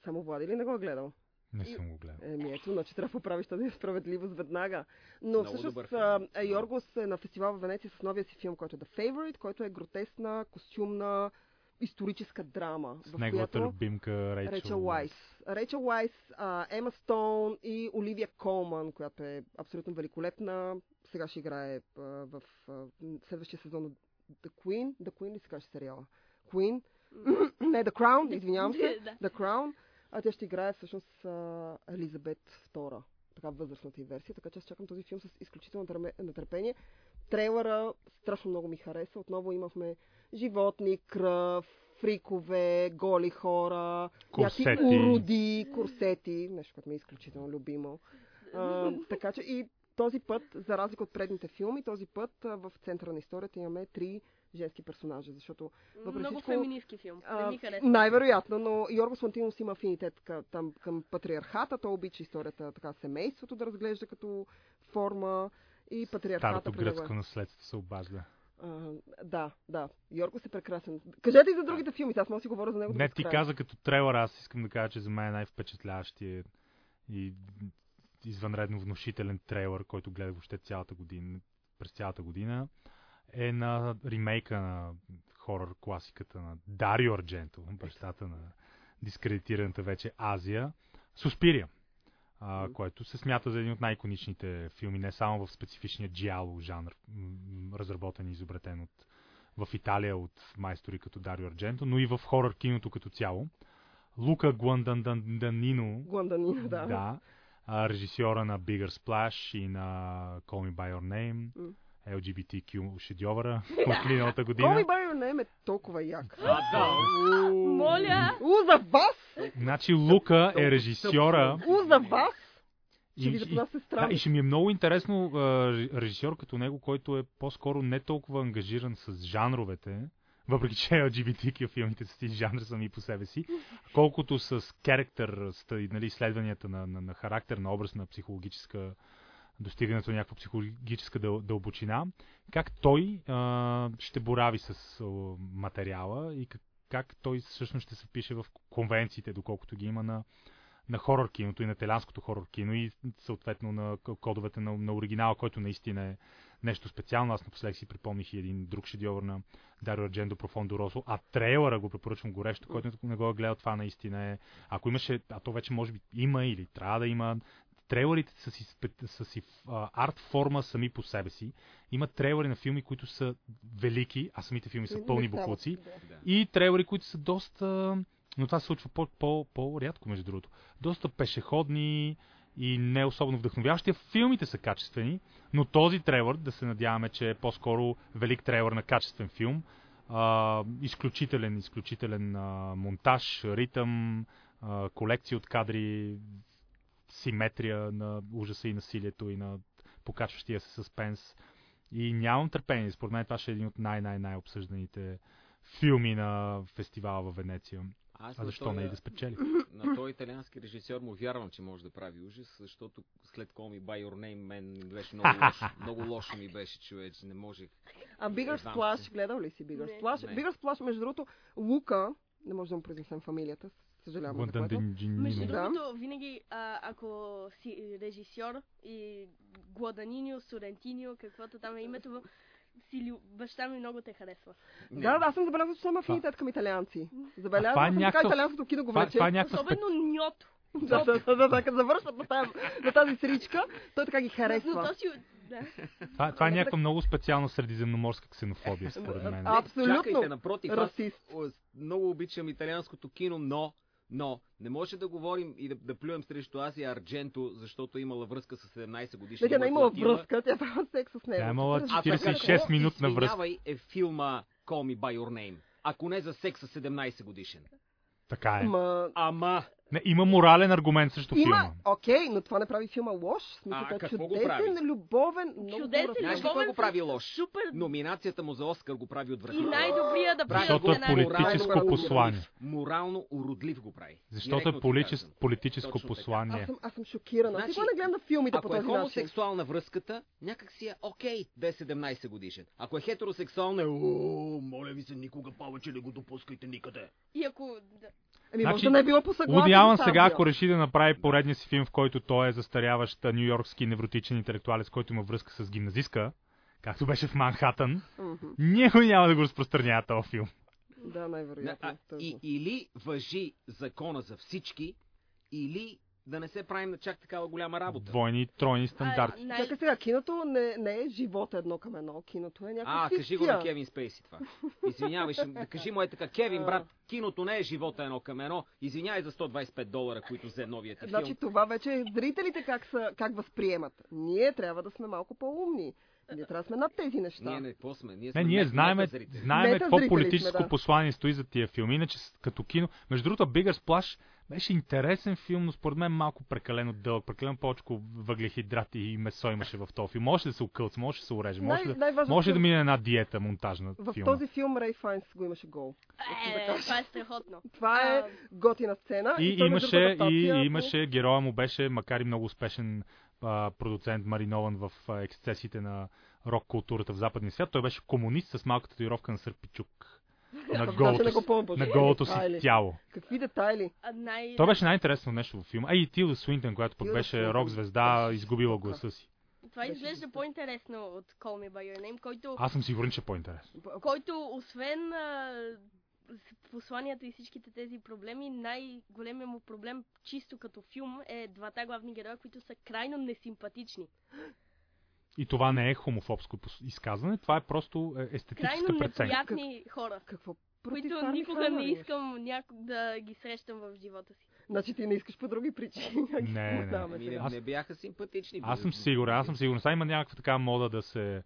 Само Влади ли не го е гледал? Не съм го гледал. Еми ето, значи трябва да поправиш тази несправедливост веднага. Но Много добър всъщност филм. а, а, Йоргос е на фестивал в Венеция с новия си филм, който е The Favorite, който е гротесна, костюмна, историческа драма. С в неговата която... любимка Рейчел, Рейчел Уайс. Рейчел Уайс, а, Ема Стоун и Оливия Колман, която е абсолютно великолепна. Сега ще играе а, в а, м, следващия сезон на The Queen. The Queen ли сега ще е сериала? Queen. Не, The *laughs* Crown, извинявам се. Да. The Crown. А тя ще играе всъщност а, Елизабет II. Така възрастната и версия. Така че аз чакам този филм с изключително търме- нетърпение. Трейлъра страшно много ми хареса. Отново имахме животни, кръв, фрикове, голи хора, някакви Косети. уроди, корсети, нещо, което ми е изключително любимо. А, така че и този път, за разлика от предните филми, този път а, в центъра на историята имаме три женски персонажа, защото въпреки Много всичко, феминистки филм. Не а, ми харесва. най-вероятно, но Йоргос Лантинос има афинитет към, там, към патриархата, той обича историята, така семейството да разглежда като форма и патриархата. Старото при него е- гръцко наследство се обажда. А, да, да. Йоргос е прекрасен. Кажете и за другите филми, аз мога да си говоря за него. до Не, ти безкрай. каза като трейлър, аз искам да кажа, че за мен е най-впечатляващия и извънредно внушителен трейлър, който гледах въобще цялата година, през цялата година, е на ремейка на хорър класиката на Дарио Ардженто, бащата на дискредитираната вече Азия, Суспирия, а, Мгм. което се смята за един от най-иконичните филми, не само в специфичния джиало жанр, м, разработен и изобретен от в Италия от майстори като Дарио Ардженто, но и в хорър киното като цяло. Лука Гуанданданино, Гуанданина, да. да, а, режисьора на Bigger Splash и на Call Me By Your Name, М. LGBTQ шедьовъра от миналата Call година. me by your name е толкова як. А, да. Моля! У, за вас! Значи Лука е режисьора У, за вас! Ще и, ви и, запозна сестра да, и ми. ще ми е много интересно а, ре- режисьор като него, който е по-скоро не толкова ангажиран с жанровете, Въпреки, че LGBTQ филмите са си жанр сами по себе си. Колкото с character study, нали, изследванията на, на, на характер, на образ, на психологическа достигането на някаква психологическа дъл- дълбочина, как той а, ще борави с а, материала и как, как той всъщност ще се пише в конвенциите, доколкото ги има на, на хорор киното и на телянското хорор кино и съответно на к- кодовете на, на оригинала, който наистина е нещо специално. Аз напоследък си припомних и един друг шедьовър на Дарио Арджендо Профондо Росо, а трейлера го препоръчвам горещо, който не го е гледал, това наистина е... Ако имаше, а то вече може би има или трябва да има, трейлерите са си, спе- са си а, арт форма сами по себе си. Има трейлери на филми, които са велики, а самите филми са пълни буклуци. Да. И трейлери, които са доста... Но това се случва по- по- по-рядко, между другото. Доста пешеходни и не особено вдъхновяващи. а Филмите са качествени, но този трейлър, да се надяваме, че е по-скоро велик трейлър на качествен филм. А, изключителен, изключителен а, монтаж, ритъм, а, колекция от кадри, симетрия на ужаса и насилието и на покачващия се съспенс. И нямам търпение. Според мен това ще е един от най-най-най обсъжданите филми на фестивала във Венеция. Аз А на защо този- не е и да спечели? На този италиански режисьор му вярвам, че може да прави ужас, защото след Call Me By Your Name мен ми беше много *laughs* лошо. Много лошо ми беше, човече. Не можех. А Bigger Знам. Splash, гледал ли си Bigger Не. Splash? Не. Bigger Splash, между другото, Лука, не може да му произнесем фамилията, съжалявам за Лондон което. Между Денджинино. Да. другото, винаги, а, ако си режисьор и Гладанинио, Сорентинио, каквото там е името му, си, лю- баща ми много те харесва. Не. Да, да, аз съм забелязал, че съм афинитет към италианци. това е Забелязал съм така някакъв- италианското кино го Това, влече. това е някаква спек... Особено Ньото. Да, да, да, да, да, като завършват на тази, на тази сричка, той така ги Но, но харесва. то си... Да. това, това е някаква много специална средиземноморска ксенофобия, според мен. А, Абсолютно. Чакайте, напротив, аз Расист. о, с- много обичам италианското кино, но, но не може да говорим и да, да плюем срещу Азия Ардженто, защото е имала връзка с 17 годишни. Да, тя не е имала връзка, тя е правила секс с него. Тя е имала Разбира се. А пък 46 какво, минутна връзка. извинявай, е филма Call Me By Your Name. Ако не за секс с 17 годишен. Така е. Ма, Ама, Не, има морален аргумент срещу Има, филма. окей, но това не прави филма лош. В Смисъл, А, той е какво го чудесен, прави? любовен, много Чудесен, добър филм. знаеш ли кой го Любовен прави филм. лош? Супер. Номинацията му за Оскар го прави И отвратително. най-добрия да Прави Защото го е морално политическо уродлив. послание. Морално уродлив го прави. Защото Директно е ти политическо, казвам. политическо Точно така. Аз послание. съм, аз съм шокирана. Значи, Значи, не гледам на филмите по Ако е този начин. хомосексуална връзката, някак си е окей да е 17 годишен. Ако е хетеросексуална, е о, моля ви се, никога повече не го допускайте никъде. И ако... Да. Еми, Значи, може да не е било по съгласие. е Луди Алън с сега, Сабия. ако реши да направи поредния си филм, в който той е застаряващ нью-йоркски невротичен интелектуалец, който има връзка с гимназистка, както беше в Манхатън, *laughs* Мгм. никой няма да го разпространява този филм. Да, Да, а, най-вероятно. е и, точно. или въжи закона за всички, или да не се правим на чак такава голяма работа. Двойни и тройни стандарти. А, най- Чакай сега, киното не, не е живот едно към едно. Киното е някаква А, кажи го фикция. на Кевин Спейси това. Извинявай, ще... да кажи му е така. Кевин, брат, киното не е живота едно към едно. Извинявай за 125 долара, които взе новият ти Значи филм. това вече е зрителите как, са, как възприемат. Ние трябва да сме малко по-умни. Ние трябва да сме над тези неща. Ние не по-сме. Ние сме Не, ние мет- знаеме, метазрители. знаеме какво Метазрители сме, политическо да. послание стои за тия филми. Иначе с- като кино... Между другото, Bigger Splash беше интересен филм, но според мен малко прекалено дълъг, прекалено повече въглехидрати и месо имаше в този филм. Може да се окълца, може да се уреже, може, Най- да, най-важното може да филм- мине една диета монтажна В филма. този филм Рей Файнс го имаше гол. Е, това е страхотно. Това е А, готина сцена. И, той, между имаше, другото, и, адаптация по- имаше, героя му беше, макар и много успешен а, продуцент, маринован в а, ексцесите на рок културата в западния свят. Той беше комунист с малка татуировка *laughs* на сърпичук. На Значи голото, не го си- помня. на голото Детайли. си тяло. Какви детайли? а, най... Това беше най-интересно нещо във филма. А и Тилда Суинтън, която пък Тилда беше Суинтън рок звезда, беше изгубила жестока. гласа си. Това Беше изглежда жестоко. по-интересно от Call Me By Your Name, който, Аз съм сигурен, че е по-интересно. който освен а, с посланията и всичките тези проблеми, най-големият му проблем, чисто като филм, е двата главни героя, които са крайно несимпатични. И това не е хомофобско пос- изказване, това е просто е, Крайно естетическа преценка. неприятни хора, Какво? Против които Харли никога Хаймер не ли е? искам няко... да ги срещам в живота си. Значи ти не искаш по други причини. а ги нали? Не, не. познаваме Ами не, сега. Аз- не бяха симпатични. Аз съм сигурен, аз съм сигурен. Сега има някаква така мода да се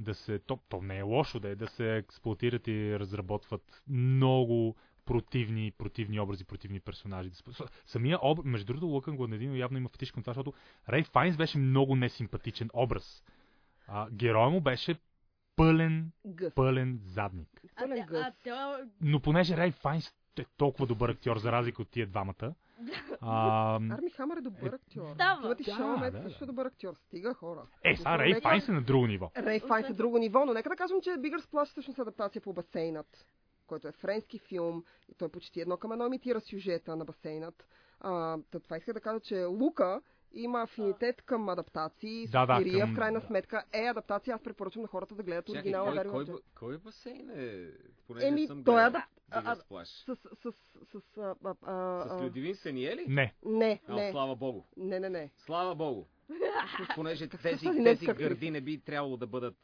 да се, то, то не е лошо да е, да се експлуатират и разработват много противни, противни образи, противни персонажи. Да се- с- Самия образ, между другото, Лъкан Гладнедино явно има фетиш към това, защото Рей Файнс беше много несимпатичен образ. А, героя му беше пълен, Гъс. пълен задник. А, Пълен те- а, гъс. те- Но понеже Рей Файнс е толкова добър актьор, за разлика от тия двамата, а, Арми Хамър е добър актьор. става. Тимати Да, Шаламет да, да. също е добър актьор. Стига хора. е, сега Рей Нека- Файнс е на друго ниво. Рей Файнс е друго ниво, но нека да кажем, че Bigger Splash всъщност е адаптация по басейнат, който е френски филм и той е почти едно към едно имитира сюжета на басейнат. А, та това иска да кажа, че Лука има афинитет към адаптации. Да, да, Сирия, към- в крайна сметка е адаптация. Аз препоръчвам на хората да гледат Чакай, оригинала. кой, Дарио кой, Джо- ба- кой басейн е? Понеже Еми, не съм той гледал. е да- а- Дига а- сплаш. с, с, с, с, а, а, а, С Людивин Саниели? Не, Не, е А, не, слава богу. не, не, не. Слава *laughs* богу. Понеже тези, са ни тези днес гърди не би трябвало да бъдат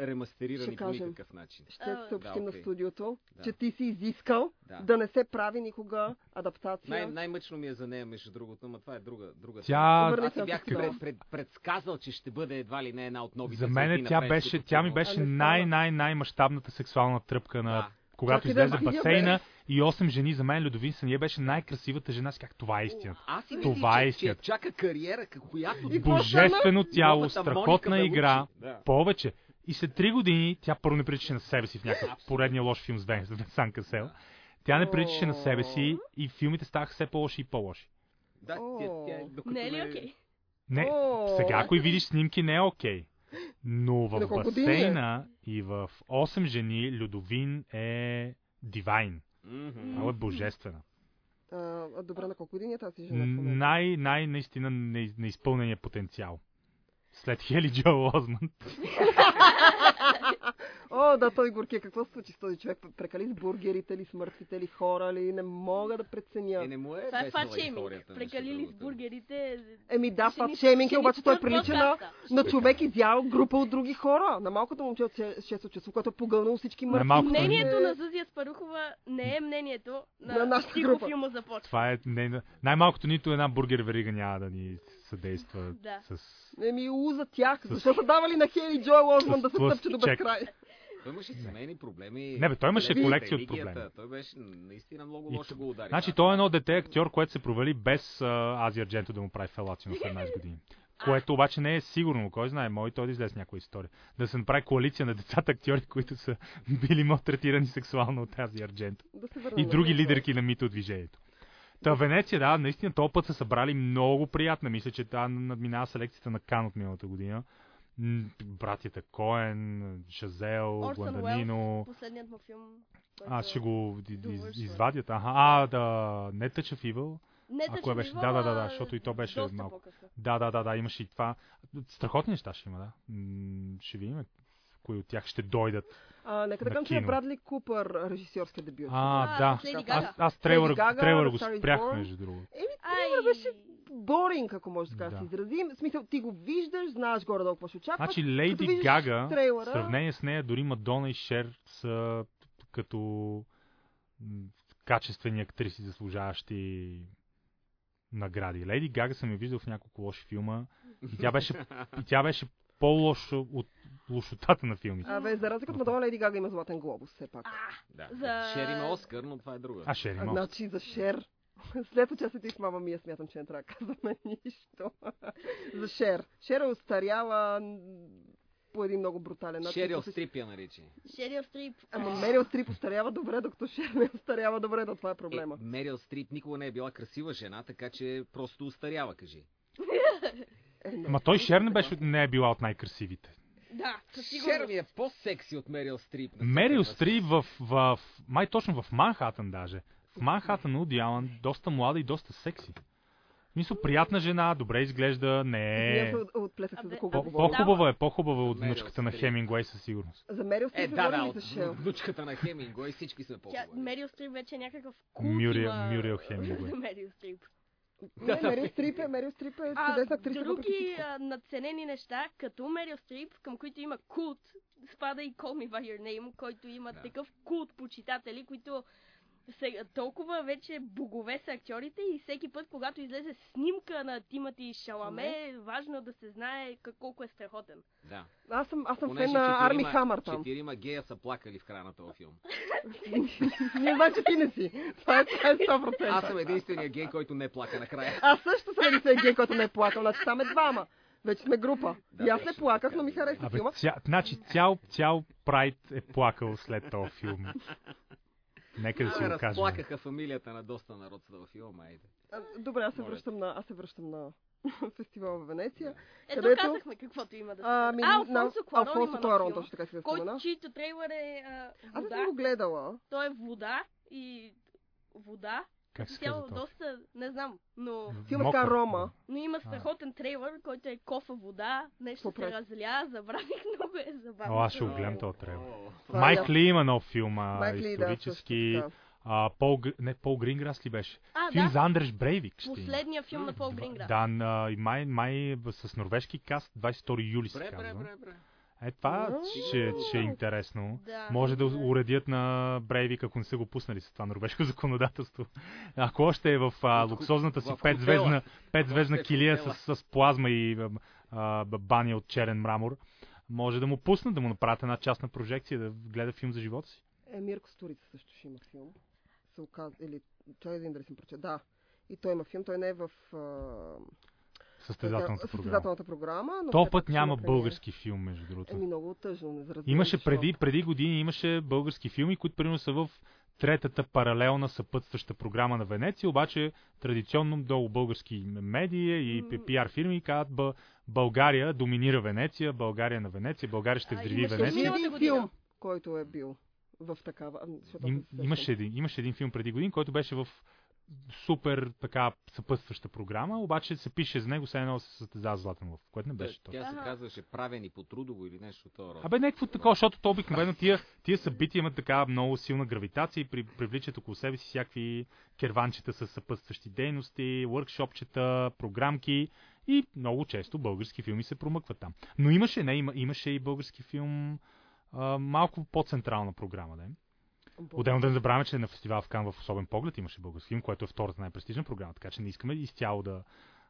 ремастерирани Ще по кажем. никакъв начин. Ще А, съобщим да, на окей. студиото, Да. че ти си изискал Да. да не се прави никога адаптация. Най- най-мъчно ми е за нея, между другото, но това е друга, друга Тя- тема. Аз Върни ти се бях към пред, това. пред, предсказал, че ще бъде едва ли не една от новите За звезди мен на тя, френското беше, тя ми кино. беше А, не става. най-най-най-мащабната сексуална тръпка на... Да. Когато Чакай да излезе в видя, бе. басейна и 8 жени, за мен Людовин Сания беше най-красивата жена. Аз Как това е истината? Аз си Това е мислих, че, че истината. чака кариера, к- която... И какво Божествено тяло, новата страхотна Моника игра, Белучи. Да. повече. И след 3 години тя първо не приличаше на себе си в някакъв поредния лош филм с Вен- с Венсан Касел. Тя не приличаше на себе си и филмите ставаха все по-лоши и по-лоши. Да, тя, тя, е докато Не е ли окей? Не, О. сега ако и видиш снимки не е окей. Но в На колко години е? басейна и в 8 жени Людовин е дивайн. Мгм. Тя е божествена. А, а, добре, на колко години е тази жена? в момента? Най, най, наистина не- неизпълнения потенциал. След Хели Джо Озман. О, да, той горкия. Какво се случи с този човек? Прекали с бургерите ли, с мъртвите ли хора ли? Не мога да преценя. Е, не му е Това е весела фат шейминг. историята, между Прекалили с другото. бургерите. Еми да, Ще фат ни- шейминг ще е, ни обаче той спрат прилича на, подкаста. на човек изял група от други хора. На малкото момче от 6 часов, което е погълнало всички мъртви. малкото Колкото Мнението на Зузия Спарухова не е мнението На на, нашата Тихо група. филма започва. Това е не, най-малкото нито една бургер верига няма да ни съдейства Да. с... Еми, у за тях. Защо са давали на Хели Джоел Озман с да се тлъст тъпче до безкрай? чек. Той имаше семейни проблеми. Не, бе, той имаше Левите, колекция от религията. проблеми. Той беше наистина много И лошо т- го удари. Значи Да. той е едно дете актьор, което се провали без а, Азия Ардженто да му прави фелация на 18 години. Което обаче не е сигурно, кой знае, може и той да излезе с някоя история. Да се направи коалиция на децата актьори, които са *laughs* били му третирани сексуално от Азия Ардженто. Да се върна И на други Джоел. лидерки на мито движението. Та Венеция, да, наистина този път са събрали много приятна. Мисля, че та надминава селекцията на Кан от миналата година. М, Братята Коен, Шазел, Орсън е Бланданино. Последният му филм. който- А, ще го и- и- довършва. извадят. Аха. А, да, не Touch of Evil. Не, А, тъж кое е беше? ниво, Да, да, да, а да, защото и то беше доста малко. по-късно. Да, да, да, да, имаше и това. Страхотни неща ще има, да. М, Ще видим кои от тях ще дойдат. А, нека да на кажем, че е кино. Брадли Купър режисьорски дебют. А, А, да. с Леди Гага. Аз, аз Леди трейлъра, Гага, трейлъра The го Star is спрях, Born. между другото. Ай, беше- боринг, ако може така да Да. се изразим. В смисъл, ти го виждаш, знаеш горе-долу какво ще очакваш. Значи като Лейди видиш Гага, в трейлъра- сравнение с нея, дори Мадона и Шер са като м, качествени актриси, заслужаващи награди. Лейди Гага съм я виждал в няколко лоши филма и тя беше, и тя беше по-лошо от лошотата на филмите. Абе, за разлика от Мадона, Леди Гага има златен глобус, все пак. *laughs* Да. За- Шер има Оскар, но това е друга. А, Шер А, има. значи за Шер. *laughs* След участието и в мама ми, смятам, че не трябва да казваме *laughs* нищо. за Шер. Шер е остаряла м, по един много брутален начин. Шери от Стрип я нарича. Е, Шерио Стрип. Ама Мерил Стрип остарява добре, докато Шер не остарява добре, да това е Е, проблема. Мерил Стрип никога не е била красива жена, така че просто устарява, кажи. Е, не. Ма той Шер не, беше, не е била от най-красивите. Да, със Шер ми сигурност. е по-секси от Мерил Стрип. на Мерил всяка Стрип в, в, май точно в Манхатън даже. В Манхатън Уди Алън доста млада и доста секси. В Смисъл, приятна жена, добре изглежда, не Извинявам е... се, от- отплесах се за Абе, кого абе, По- говоря. да. По-хубава е, по-хубава е от Мерил внучката на Стрип. Хемингуей със сигурност. За Мерил Е, Стрип да, говорим да, ли от за Шер? внучката на Хемингуей всички сме Тя, по-хубави. Мерил Стрип вече е някакъв култ. Мюриел- има, Мюриел а, *laughs* Хемингуей. за Мерил Стрип. Не, Мерил Стрип е, Мерил Стрип е А, чудесна актриса. въпреки други всичко. а, надценени неща, като Мерил Стрип, към които има култ, спада и Call Me By Your Name, който има Да. такъв култ почитатели, които са толкова вече богове са актьорите и всеки път, когато излезе снимка на Тимати и Шаламе, важно е да се знае как- колко е страхотен. Да. Аз съм, аз съм фен Понеже на Арми четирима- Хамър там. Четирима гея са плакали в края на този филм. *laughs* Не знам, че ти не си. Това е, това *laughs* е 100%. Аз съм единствения гей, който не плака накрая. Аз също съм единствен гей, който не е плакал, значи там е двама. Вече сме група. Да, и аз точно се плаках, така, но ми добре. хареса Абе, филма. ця, значи цял, цял Прайд е плакал след този филм. Нека да си Абе, го кажем. Ами, разплакаха фамилията на доста народ с този филм, айде. А, Добре, аз се Моля те. връщам на, аз се връщам на *laughs* фестивала в Венеция. Ето Където- казахме каквото има да се А, а, Алфонсо Куарон има Алфонсо нов Куарон, филм, точно така си да Който, спомена. чийто трейлър е а, Аз не вода. съм го гледала. Той е вода и вода. Как се Тяло казва това? доста, не знам, но, Филма е така Мокър. Рома. но има страхотен трейлър, който е кофа вода, нещо Попред. се разля, забравих, *laughs* но бе е забавно. О, аз ще го О, гледам този трейлер. о. Това е Майк ясно. Ли има нов филм, а, Майк Ли, да, исторически. също така. а, Пол, Гр- не, Пол Гринграс ли беше? А, Филм да, за Андреш Брейвик ще има. последния филм на Пол Грингра. Да, на, и май, май с норвежки каст, 22 юли се Бре, бре, казва. бре, бре. Е, това Уу. ще, ще е интересно. Може да да. уредят на Брейвик, ако не са го пуснали с това норвежко *laughs* законодателство. Ако още е в а, В хо- луксозната си в хотела. 5 звездна, 5 звездна Още в килия хотела. с, с плазма и а, а, б- баня от черен мрамор, може да му пуснат, да му направят една частна прожекция, да гледа филм за живота си. Е, Мирко Сторица също ще има филм. Се оказа, или той е един да си проче. Да. И той има филм, той не е в а, Състезателната програма. състезателната програма. Но То все пак път ще няма има премиера. български филм, между другото. Ами, Еми много тъжно, не разбирам. Имаше защо. преди, преди години имаше български филми, които примерно са в третата паралелна съпътстваща програма на Венеция, обаче традиционно много български медии и пи- М. пиар фирми казват Ба, България доминира Венеция, България на Венеция, България ще А, взриви имаше Имаше Венеция. Венеция. Миналата един година. филм, който е бил в такава. а, Защото Им, аз не се имаше, сещам. един, имаше един филм преди години, който беше в супер така съпътстваща програма, обаче се пише за него, все едно се състезава с Златен Лъв, което не Та, беше то. Тя се Ага. казваше правени по трудово или нещо от това. Абе, някакво такова, защото то обикновено тия, тия събития имат така много силна гравитация и при, привличат около себе си всякакви керванчета с съпътстващи дейности, въркшопчета, програмки и много често български филми се промъкват там. Но имаше, не, има, имаше и български филм а, малко по-централна програма, да е. Бо- Отделно да не забравяме, че на фестивал в Кан в особен поглед имаше български филм, което е втората най-престижна програма, така че не искаме изцяло да,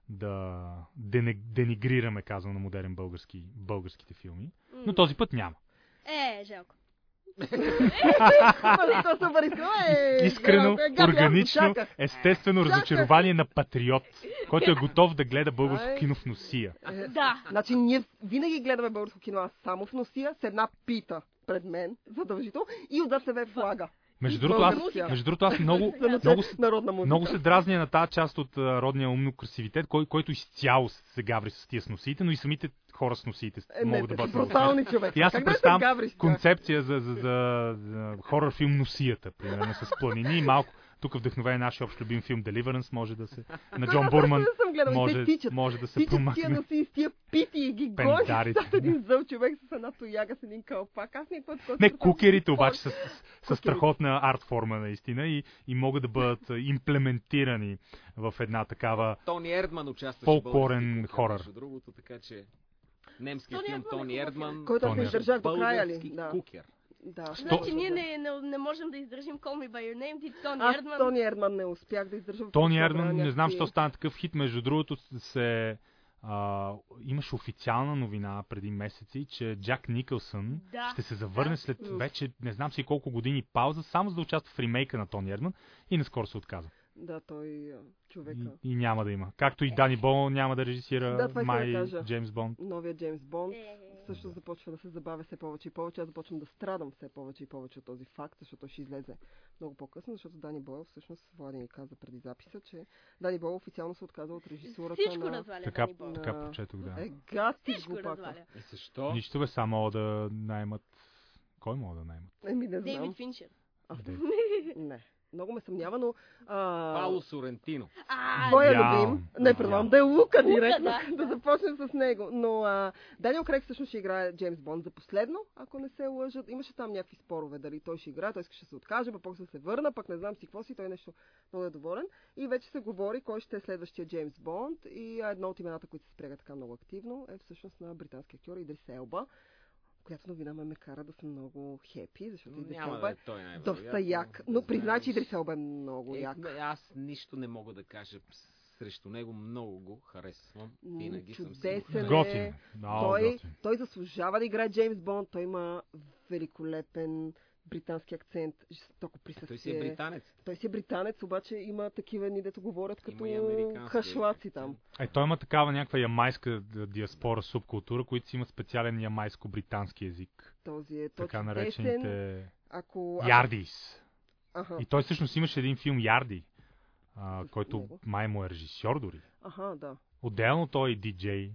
да дене- денигрираме, казвам, на модерен български, българските филми. Но този път няма. Е, жалко. *laughs* Ама защо се объркала, е, искрено, жалко е, гадно, аз го органично, чаках. естествено разочарование на патриот, който е готов да гледа българско Ай. кино в носия. Е, Да, Значи ние винаги гледаме българско кино, аз само в носия, с една пита пред мен, задължително, и отзад се бе флага. Между другото, аз, българска. между другото, аз много, Следната много, с- народна музика. много се дразня на тази част от а, родния умно красивитет, кой, който изцяло се гаври с тия с носиите, но и самите хора с носиите Е, не, могат да бъдат. много брутални човек. И аз Как си да е се представям гавриш, да? концепция за, за, за, за хорър филм Носията, примерно, с планини и малко. Тук вдъхновен нашия общ любим филм Deliverance може да се... На Джон Бурман Не съм гледала. и може, те тичат. може да се Тичат тия промахне. да си с тия пити и ги гонят Пендарите. с един зъл човек с една тояга, с един кълпак. Аз никой път, който... Не, кукерите обаче са, са Кукерите. страхотна арт форма наистина и, и могат да бъдат а, имплементирани в една такава... Тони Ердман участваше Фолклорен български кухар, хорър. Между другото, така че немски Тони филм Ердман е Тони хубав Ердман. Който аз Тони не Ердман. издържах до края ли? български Да. кукер. да. значи ние не, не, не можем да издържим Call Me By Your Name, ти Тони Аз Ердман. Тони Ердман не успях да издържам. Тони Просто Ердман, събрал не знам, някакви- що стана такъв хит. Между другото, се... А, имаше официална новина преди месеци, че Джак Никълсън Да. ще се завърне Да. след Уф. вече не знам си колко години пауза, само за да участва в ремейка на Тони Ердман и наскоро се отказа. Да, той а, И, човека. и няма да има. Както и Дани Бол няма да режисира Да, това искам да май кажа. Джеймс Бонд. Новия Джеймс Бонд. Е, също започва да се забавя все повече и повече. Аз започвам да страдам все повече и повече от този факт, защото ще излезе много по-късно, защото Дани Бойл всъщност, Влади ни каза преди записа, че Дани Бойл официално се отказа от режисурата Всичко на... разваля, Така, Дани Бог. така Да. прочетох, да. Е, гати Всичко глупака. разваля. И Е, защо? Нищо бе, само мога да наймат. Кой мога да наймат? Еми, не знам. Дейвид Финчер. Е, Къде? Не. Много ме съмнява, но... Пауло А... Сорентино. А, Твоя Яо. любим, не предлагам Яо. да е Лука Лука, директно, да, *laughs* да, да. започнем с него. Но а, Даниел Крейг всъщност ще играе Джеймс Бонд за последно, ако не се лъжат. Имаше там някакви спорове, дали той ще играе, той искаше да се откаже, пък после да се върна, пък не знам си какво си, той нещо много е доволен. И вече се говори кой ще е следващия Джеймс Бонд и а, едно от имената, които се спряга така много активно, е всъщност на британския актьор Идрис Елба, която новина ме, ме кара да съм много хепи, защото Идрис Няма Елба да е е той най-вероятно. доста як. Но Да признай, че знаеш. Идрис Елба е много Е, як. не, аз нищо не мога да кажа срещу него. Много го харесвам. М, Винаги съм чудесен сигурен. е. Готин. е. Много той, готин. той заслужава да играе Джеймс Бонд. Той има великолепен британски акцент, жестоко присъствие. Той си е британец. Той си е британец, обаче има такива ни, дето говорят Има като и американски хашлаци акцент. там. Е, той има такава някаква ямайска д- диаспора, субкултура, които си имат специален ямайско-британски език. Този е Така точно десен. наречените Ако... ярдис. Аха, И той всъщност имаше един филм Ярди, а, С който него. май му е режисьор дори. аха, да. Отделно той е диджей.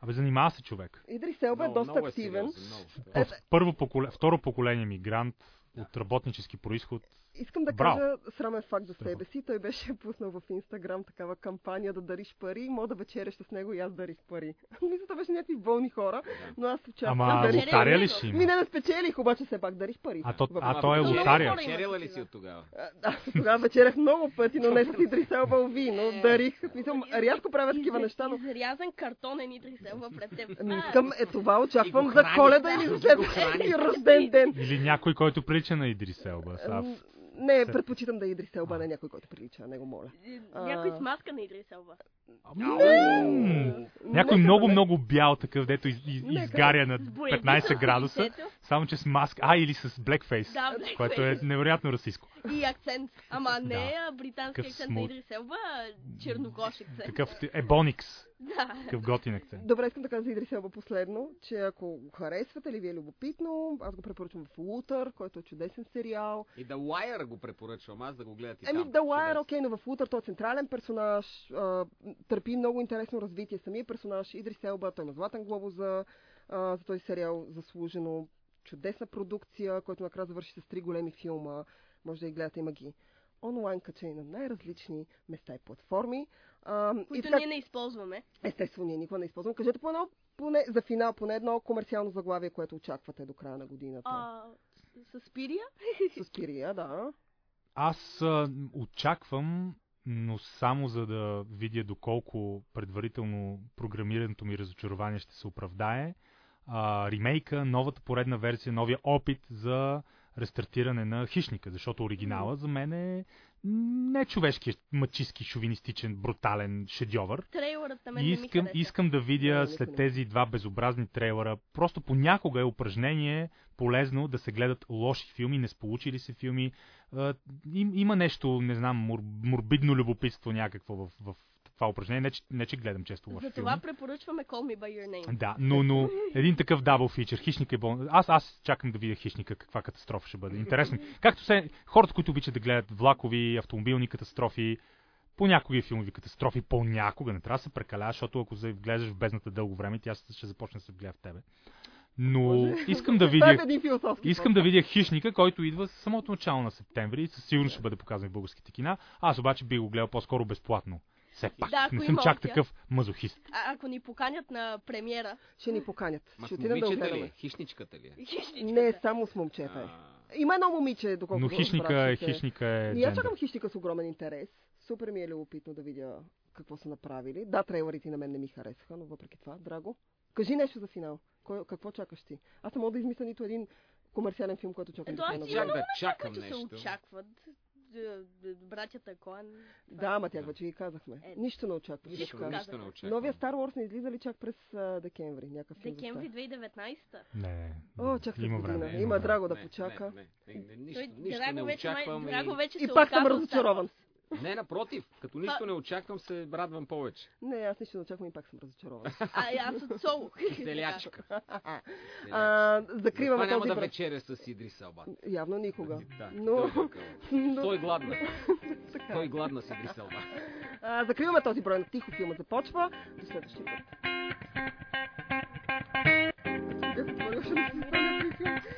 Абе, занимава се човек. Идрис Елба е Много- доста много активен. сериозен, много. Е, Пър- Първо поколе... Второ поколение мигрант Да. от работнически происход. Искам да Браво. кажа срамен факт за Страхотно. себе си. Той беше *laughs* пуснал в Инстаграм такава кампания да дариш пари. Мога да вечеря с него и аз дарих пари. *laughs* Мисля, това беше някакви болни хора, Да. но аз участвах. Ама дари- дарих... лотария ли дари- ще Ми има? не не спечелих, обаче все пак дарих пари. А то- Въпреки- а той е Много лотария. хора има Вечеряла ли си от тогава? А, Да, тогава вечерях много пъти, но не с Идрис Елба Ови, но дарих. В Смисъл, рядко правя такива Изре- неща, но Изрязан картонен и триселва пред теб. Ами А, искам, е това очаквам И го за храни. коледа или за Да, следващия *laughs* рожден ден. Или някой, който прилича на Идрис Елба. Сега в- М, Не, предпочитам да е Идрис Елба, не някой, който прилича на него, моля. е, Някой А. с маска на Идриселва. М. Нека Някой много, да не. много бял такъв, дето из, из, Нека. изгаря на С боядица 15 на градуса, лицето. само че с маска, а или с блекфейс, Да, blackface. което е невероятно расистско. И акцент. Ама не Да. а, британски Такъв акцент на смут. Идриселва, а чернокош акцент. Такъв ти- ебоникс, Да. такъв готин акцент. Добре, искам да кажа за Идрис Елба последно, че ако го харесвате или ви е любопитно, аз го препоръчвам в Лутър, който е чудесен сериал. И The Wire го препоръчвам аз да го гледате Еми, там. в Ами, The Wire, Чудесно. окей, но в Лутър той е централен персонаж, а, търпи много интересно развитие самия персонаж. Идрис Елба, той има златен глобус за, а, за този сериал, заслужено. Чудесна продукция, който накрая завърши с три големи филма. Може да и гледате, има ги онлайн качени на най-различни места и платформи. А, и Които така, ние не използваме. Естествено, ние никога не използвам. Кажете по едно, поне, за финал, поне едно комерциално заглавие, което очаквате до края на годината. А, Суспирия? С Пирия, да. Аз а, очаквам, но само за да видя доколко предварително програмираното ми разочарование ще се оправдае, а, ремейка, новата поредна версия, новия опит за рестартиране на Хищника, защото оригинала за мен е не човешки, мачистки, шовинистичен, брутален шедьовър. *laughs* Трейлърът на мен И не ми искам, хареса. искам да Не, видя никой след не. тези два безобразни трейлера. Просто понякога е упражнение полезно да се гледат лоши филми, несполучили се филми. А, им- Има нещо, не знам, мор- морбидно любопитство някакво в, в това упражнение. Не че, не, че гледам често лоши Затова филми. препоръчваме Call Me By Your Name. Да, но, но един такъв дабл фичър. Хищника е болен. Аз, аз чакам да видя хищника, каква катастрофа ще бъде. Интересно. Както се хората, които обичат да гледат влакови, автомобилни катастрофи, понякога и филмови катастрофи, понякога не трябва да се прекаля, защото ако се гледаш в бездната дълго време, тя ще започне да се гледа в тебе. Но искам *laughs* да Това е видя... един философски Искам да видя хищника, който идва с самото начало на септември и със сигурност ще бъде показан в българските кина. Аз обаче би го гледал по-скоро безплатно. Все пак, Да, ако не съм има чак опция. такъв мазохист. А, ако ни поканят на премиера, Ще ни поканят. Ма с Ще отидем да момичета ли? е? огледаме. Хищничката ли? е? *laughs* хищничката. Не, само с момчета е. А, Има едно момиче, доколкото Но Ну, хищника е, разбрах, че- хищника е И аз джендър. чакам хищника с огромен интерес. Супер ми е любопитно да видя какво са направили. Да, трейлерите на мен не ми харесаха, но въпреки това, драго. Кажи нещо за финал. Кой, какво чакаш ти? Аз не мога да измисля нито един комерциален филм, който чакам. Ето, до края аз на имам Чак да годината. чакам които се нещо. очакват. Д- д- Братята Коан. Да, ама тях вече ги казахме. Е, Нищо не очакваш. Нищо, казах. нищо не очаквам. Новия Star Wars не излиза ли чак през а, декември? Някакъв филм за Декември 2019. Не, не. О, чак след има година. време. Има време. драго да Не, почака. Не, не, не, не, нищо, Той нищо не драго вече, май- очаквам. драго И... вече И се пак съм оказва разочарован. Не, напротив, като нищо не очаквам, се радвам *laughs* повече. Не, аз нищо не очаквам и пак съм разочарован. Остар. А, и аз от *laughs* Соло. Селячка. Селячка. А, Това закриваме няма този да брат. вечеря с Идрис Алба. Явно никога. Е, Да, Но... дойде към. но- Той е гладна. *laughs* така. Той е гладна с Идрис Алба. *laughs* А, закриваме този брой на тихо. Филма започва. До Е, следващия път. Като бях отворила, ще ми се стане някой филм.